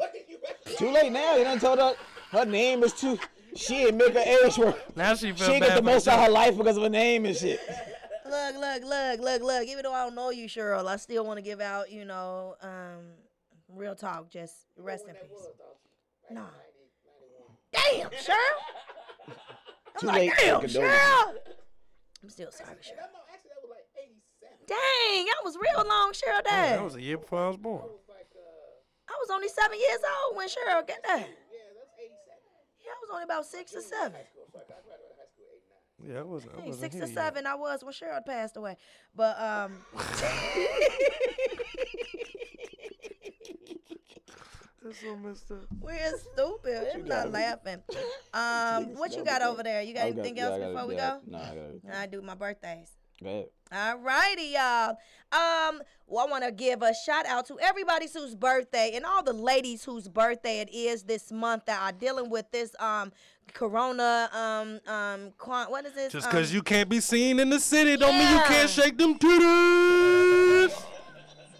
Too late now. You done told her her name is too. She didn't make her age work. Now she She feels ain't bad get the for most out of herself. her life because of her name and shit. Look, look, look, look, look. Even though I don't know you, Cheryl, I still want to give out, you know, um, real talk. Just rest in peace. Nah. Damn, Cheryl. Too late. to Damn, condone Cheryl. I'm still sorry, Cheryl. Dang, that was real long, Cheryl. Dad. That was a year before I was born. I was only seven years old when Cheryl got that. Yeah, I was only about six or seven. Yeah, I wasn't. I Hey, wasn't six here or yet. seven I was when Cheryl passed away. But um That's so messed up. we're stupid. I'm not laughing. Um what you got over there? You got I got- anything yeah, else I got- before we yeah, go? No, I got I do my birthdays. Go ahead. All righty, y'all. Um, well, I want to give a shout out to everybody whose birthday and all the ladies whose birthday it is this month that are dealing with this um corona um um quan- what is this? Just Um, because you can't be seen in the city don't mean you can't Yeah. shake them titties.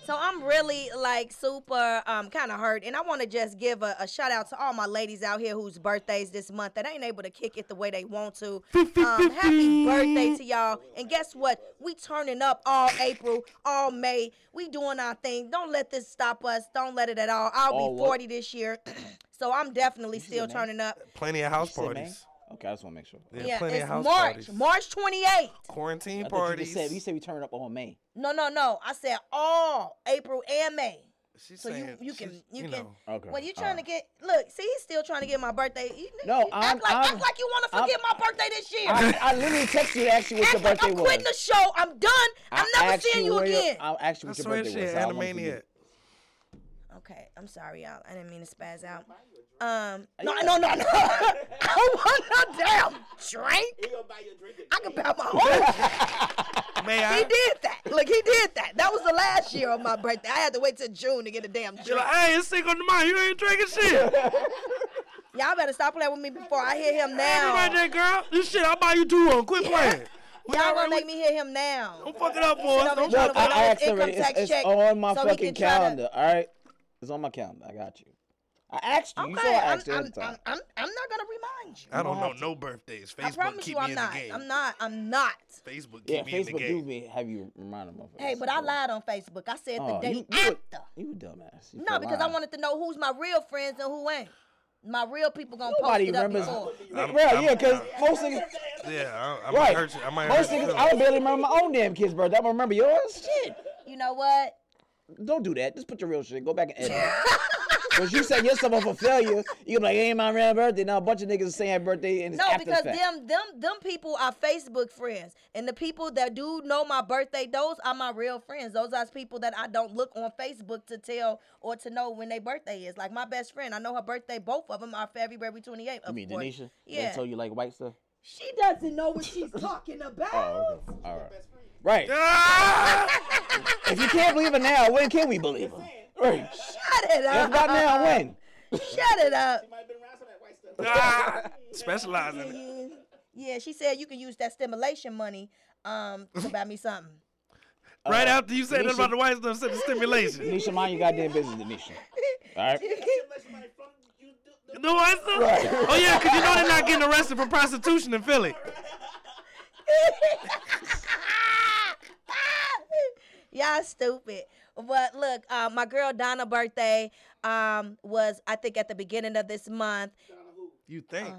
So I'm really like super um kind of hurt, and I want to just give a, a shout out to all my ladies out here whose birthdays this month that ain't able to kick it the way they want to. Um, happy birthday to y'all! And guess what? We turning up all April, all May. We doing our thing. Don't let this stop us. Don't let it at all. I'll All be what? 40 this year, so I'm definitely still that? turning up. Plenty of house Say, man. parties. Okay, I just want to make sure. Yeah, Yeah, plenty it's of house March, parties. March 28th. Quarantine I think you parties. just said you said we turned up all May. No, no, no. I said all April and May. She's So you saying you she's- can you, can know. Okay, Well, you all trying right. to get look? See, he's still trying to get my birthday. You, No, you I'm- act like I'm- act like you want to I'm- forget my birthday this year. I, I literally texted you to ask you what act your like birthday I'm was. quitting the show. I'm done. I'm I never asked seeing you where your- again. I asked you I what your swear birthday she was. an so I wanna forget. animaniac. Okay, I'm sorry, y'all. I didn't mean to spaz out. Um, no, no, no, no. I don't want no damn drink. I can buy my own. May he I? did that. Look, he did that. That was the last year of my birthday. I had to wait till June to get a damn You're drink. like, hey, it's single to mine. You ain't drinking shit. Y'all better stop playing with me before I hear him Happy now. birthday, girl. This shit, I'll buy you two of 'em. Quit playing. We Y'all already- gonna make me hear him now. Don't fuck it up for us. over Don't here. fuck Look, Look, I I wanna asked income already. It's, tax it's check on my so we fucking can try to- calendar. All right, it's on my calendar. I got you. I asked you. Okay, you saw I I'm, asked you I'm, every I'm, time. I'm, I'm not gonna remind you. I don't know have to. no birthdays. I Facebook promise keep you, me I'm in the not. game. I'm not. I'm not. Facebook Yeah, keep me in the Facebook do game. be have you remind them of Hey, us, but I so- lied on Facebook. I said Oh, the day you, you, after. A, you a dumbass. You no, for because I lying. wanted to know who's my real friends and who ain't. My real people gonna Nobody post it up remembers. before. I'm- Right, I'm- yeah, because most niggas, Yeah, I, I might right, hurt you. I might most hurt you. niggas, I don't barely remember my own damn kids' birthday. I don't remember yours. Shit, You know what? don't do that. Just put your real shit. Go back and edit. Because you set yourself up for failure. You be like, it ain't my real birthday. Now a bunch of niggas are saying birthday and it's No, after the because fact. them, them, them people are Facebook friends, and the people that do know my birthday, those are my real friends. Those are people that I don't look on Facebook to tell or to know when their birthday is. Like my best friend, I know her birthday. Both of them are February 28th. You of mean course. Denisha? Yeah. They told you like white stuff? She doesn't know what she's talking about. Oh, okay. All right. Right. Ah! If you can't believe her now, when can we believe her? Right. Shut If it up. not now, when? Shut it up. Ah! Specializing. it. Yeah. Yeah, she said you can use that stimulation money um to buy me something. Right after you said that Nisha- about the white stuff, said the stimulation. Denisha, mind your goddamn business, Denisha. All right. The Oyster? Oh yeah, because you know they're not getting arrested for prostitution in Philly. Y'all stupid. But look, uh, my girl Donna birthday um, was I think at the beginning of this month. You think? Uh,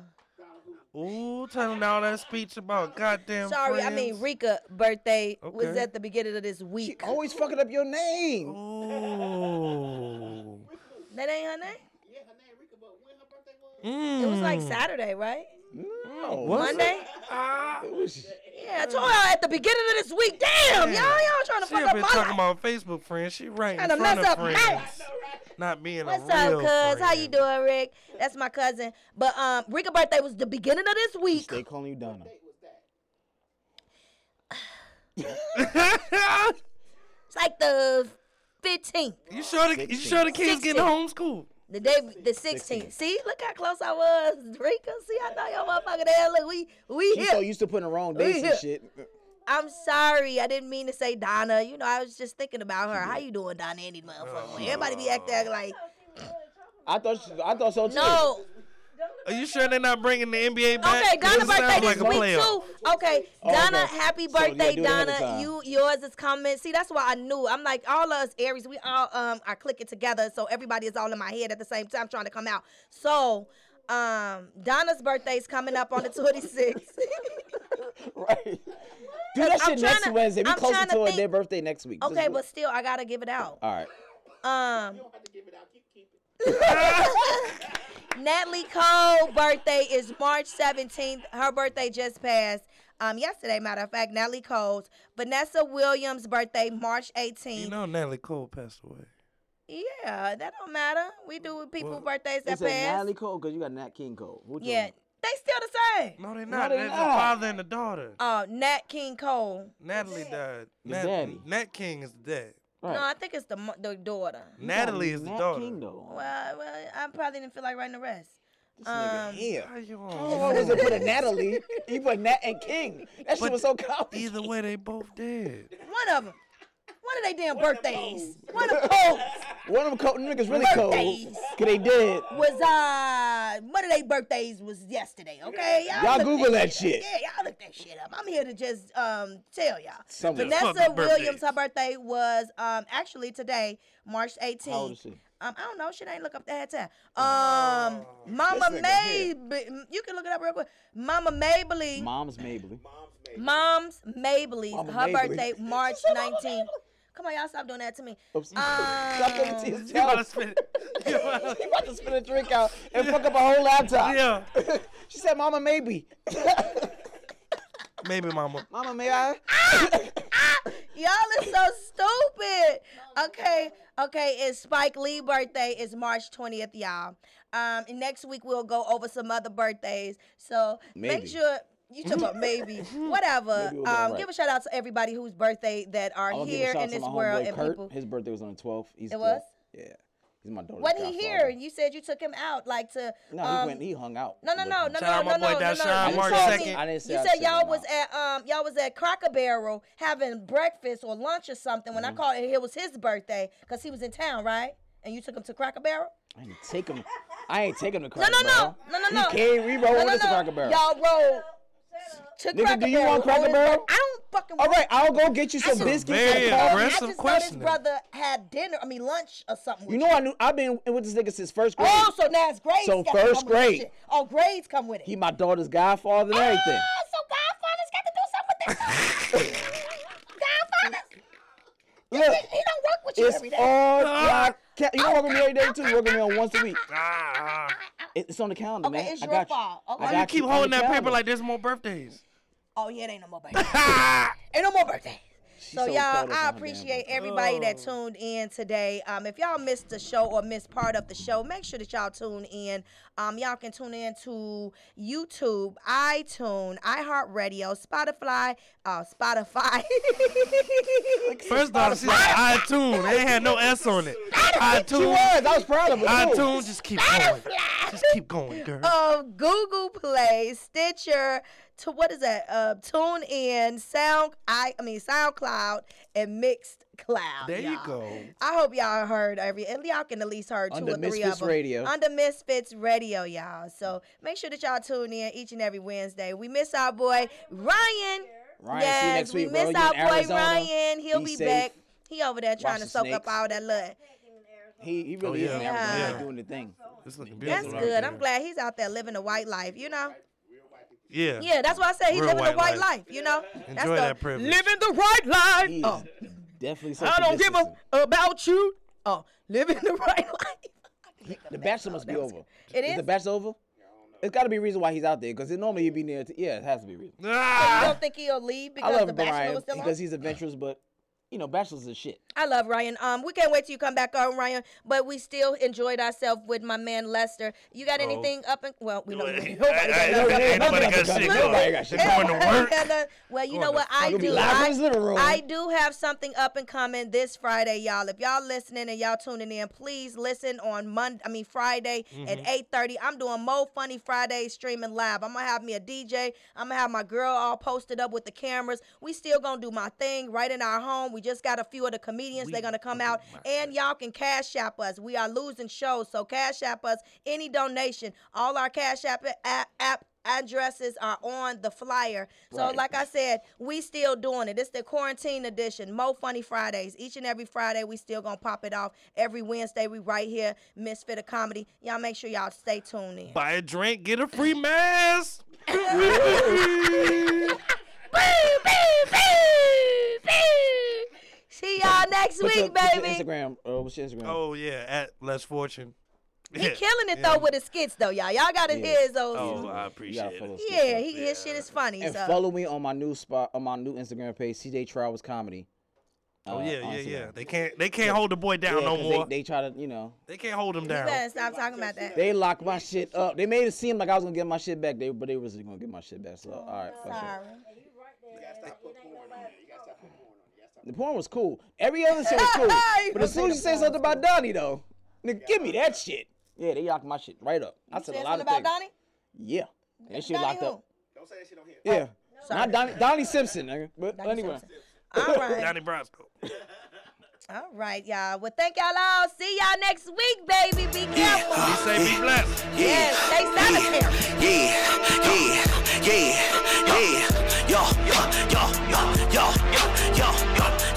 Ooh, telling all that speech about goddamn. Sorry, I mean friends. Rika birthday was Okay. at the beginning of this week. Always fucking up your name. Ooh. That ain't her name. Mm. It was like Saturday, right? Oh, No. Hmm. Was it? Monday. Ah, It was- Yeah, I told y'all at the beginning of this week. Damn, y'all, y'all trying to she fuck up up here my talking life. about Facebook friends. She right in Trying to front mess of up my life. friends. Not being a What's real up, cuz? How you friend. doing, Rick? That's my cousin. But um, Rika birthday was the beginning of this week. They calling you Donna. It's like the 15th, you sure the you sure the kids getting homeschooled? the day, the 16th. See, look how close I was, Rika. See, I know y'all motherfucking ass. Look, we we You so here. used to putting the wrong dates Yeah. and shit. I'm sorry, I didn't mean to say Donna. You know, I was just thinking about her. How you doing, Donna? Any Oh. motherfucker? Everybody be acting like, I thought I thought so too. no. Are you sure they're not bringing the NBA back? Okay, Donna This sounds birthday like this a week playoff. too. Okay, Oh, Donna, okay. happy So, yeah, birthday, do it another Donna. time. You yours is coming. See, that's why I knew. I'm like all us Aries, we all um are clicking together, so everybody is all in my head at the same time trying to come out. So, um, Donna's birthday is coming up on the 26th. right. Do that I'm shit next tryna- Wednesday. Be I'm closer tryna to it think- their birthday next week. Just okay, look- but still, I gotta give it out. all right. Um. Natalie Cole birthday is March 17th. Her birthday just passed. Um, yesterday, matter of fact, Natalie Cole's. Vanessa Williams' birthday, March 18th. You know Natalie Cole passed away. yeah, that don't matter. We do with people Well, birthdays that Is it pass. Natalie Cole? Because you got Nat King Cole. Mm. Who you Yeah, talking they still the same. No, they're not. they That's the not. father and the daughter. Oh, Nat King Cole. Natalie died. The Nat, daddy. Nat King is dead. about? No, I Right. think it's the mo- the daughter. You got Natalie is the Nat daughter. King though. Well, well, I probably didn't feel like writing the rest. This nigga um, here. How you How on? long was it put a Natalie? You put Nat and King. That shit But was so complicated. Either way, they both dead. One of them. One of they damn birthdays. One of Cole's One of them cold, niggas really cold. Birthdays. Cause they did. was uh one of they birthdays was yesterday. Okay, Y'all look Google that shit. Yeah, y'all look that shit up. I'm here to just um tell y'all. Somewhere. Vanessa Fucking Williams, birthdays. her birthday was um actually today, March 18th. How old is she? Oh. Um, I don't know. She ain't look up the head time. Um, Mama nigga May, here. you can look it up real quick. Mama Maybelline, Mom's Mabley. Mom's Maybelline, Mama her Maybelline. birthday, March 19th. Come on, y'all stop doing that to me. Oops. Um, Stop giving to You about to yourself. spit it. You about You to- about to spit a drink out and fuck up a whole laptop. Yeah. she said, "Mama, maybe. Maybe mama. Mama, may I?" Y'all are so stupid. Okay, okay. It's Spike Lee birthday is March twentieth, y'all. Um, and next week we'll go over some other birthdays. So Maybe. make sure you talk about maybe, whatever. Maybe we'll be um, alright. give a shout out to everybody whose birthday that are I wanna give a here shout out in to this my world homeboy and Kurt. people. His birthday was on the 12th. He's It was? Yeah. He's my daughter's Wasn't he here? godfather. And you said you took him out, like to. No, he um, went. He hung out. No, no, with no, him. no, Shout out no, my no, no, boy no, Dashawn no. Mark You told Second. I me. You didn't say I said took y'all him was at um y'all was at Cracker Barrel having breakfast or lunch or something. Mm. When I called, and it was his birthday because he was in town, right? And you took him to Cracker Barrel. I ain't take him. I ain't take him to No, Cracker no, no, Barrel. no, no, no. He came. We rolled no, with no, us to no. Cracker Barrel. Y'all rolled to Nigga, Cracker do you Barrel want Cracker on his Barrel? birth- I don't fucking. All want right, I'll go get you some Some biscuits. very and coffee. I aggressive just know his questioning. brother had dinner. I mean lunch or something. You with know, I knew I've been with this nigga since first grade. Oh, so now it's grades. So got to come first with this grade. shit. Oh, grades come with it. He my daughter's godfather and everything. Ah, so Godfather's got to do something with this. Godfather's. Look, He don't work with you it's every day. all y'all. Ca- you don't work with me every day too. You work with me on once a week. Ah, ah. It- It's on the calendar, Okay, man. it's I your got fault. You. Okay. I Why You got keep on the holding that calendar. paper like there's more birthdays. oh, yeah, it ain't no more birthday. ain't no more birthday. so So, y'all, caught up on I her damn appreciate birthday. everybody that tuned in today. Um, if y'all missed the show or missed part of the show, make sure that y'all tune in. Um, y'all can tune in to YouTube, iTunes, iHeartRadio, Spotify, uh, Spotify. First off, she's like iTunes. They ain't had no S on it. She iTunes. was. I was proud of her. too. iTunes, just keep going. Just keep going, girl. of Google Play, Stitcher, to what is that? Uh, Tune in, Sound, I, I mean SoundCloud, and Mixed cloud. There you y'all. go. I hope y'all heard every. At least y'all can at least heard two Under or three of Misfits them Radio. under Misfits Radio, y'all. So make sure that y'all tune in each and every Wednesday. We miss our boy Ryan. Ryan, yes, see you next we week, bro. miss You our in boy Arizona. Ryan. He'll Be be safe. back. He over there trying the to soak snakes. up all that love. He he really is in yeah. Arizona Yeah. like, doing the thing. It's looking That's beautiful. out good. I'm there. glad he's out there living a white life. You know. Yeah. Yeah, that's why I said he's Real living a white white life. life. You know. that's Enjoy the, uh, that privilege. Living the right life. He is Oh, definitely. I social don't give distancing. a about you. uh, Oh, living the right life. The Bachelor must be That's- over. It Is is. the Bachelor over? It's got to be a reason why he's out there because normally he'd be near. To, yeah, it has to be a reason. I Ah! don't think he'll leave I because love the Bachelor Brian was still on. because he's adventurous, but you know, Bachelor's is shit. I love Ryan. Um, we can't wait till you come back on Ryan, but we still enjoyed ourselves with my man Lester. You Oh. got anything up and well, we don't. Nobody got nothing. Ain't nobody got shit Nobody going. got shit They going to Nobody work. got nothing. Well, you Going know to what I You'll be do. live in his I, living room. I do have something up and coming this Friday, y'all. If y'all listening and y'all tuning in, please listen on Monday. I mean Friday at eight thirty. I'm doing Mo Funny Friday streaming live. I'm gonna have me a DJ. I'm gonna have my girl all posted up with the cameras. We still gonna do my thing right in our home. We just got a few of the comedians. They're gonna come out and y'all can cash app us. We are losing shows, so cash app us any donation. All our cash app app. app addresses are on the flyer. So Right. like I said, we still doing it. It's the quarantine edition. Mo Funny Fridays. Each and every Friday we still gonna pop it off. Every Wednesday we right here, Misfit of Comedy. Y'all make sure y'all stay tuned in. Buy a drink, get a free mask. See y'all next What's your- week, what's your baby. Instagram. Uh, what's your Instagram? Oh yeah, at less fortune. He Yeah. killing it Yeah. though with his skits though, y'all. Y'all gotta Yeah. hear his old Oh, I you gotta appreciate follow. it. us. Yeah, he, his shit is funny. And so follow me on my new spot on my new Instagram page, CJ Travels Comedy. Oh uh, on yeah, yeah, yeah. Instagram. They can't, they can't hold the boy Yeah, down no 'cause more. They, they try to, you know, They can't hold him you down. better stop talking about that. they lock my shit up. They made it seem like I was gonna get my shit back, they, but they wasn't gonna get my shit back. So all right, fuck it. Sorry. The porn was cool. Every other shit was cool. but as soon as you say something about Donnie, though, nigga, give me that shit. Yeah, they locked my shit right up. I said Said a lot something of about things. Donnie? Yeah, and that shit Donnie locked who? up. Yeah, not Donnie, Donnie Simpson, nigga. But Donnie anyway, Simpson. All right. Donnie Brasco. All right, y'all. Well, thank y'all all. See y'all next week, baby. Be careful. He say be blessed. Yes, stay sanitary. Yeah, yeah, yeah, yeah. Yo, yo, yo, yo, yo, yo, yo,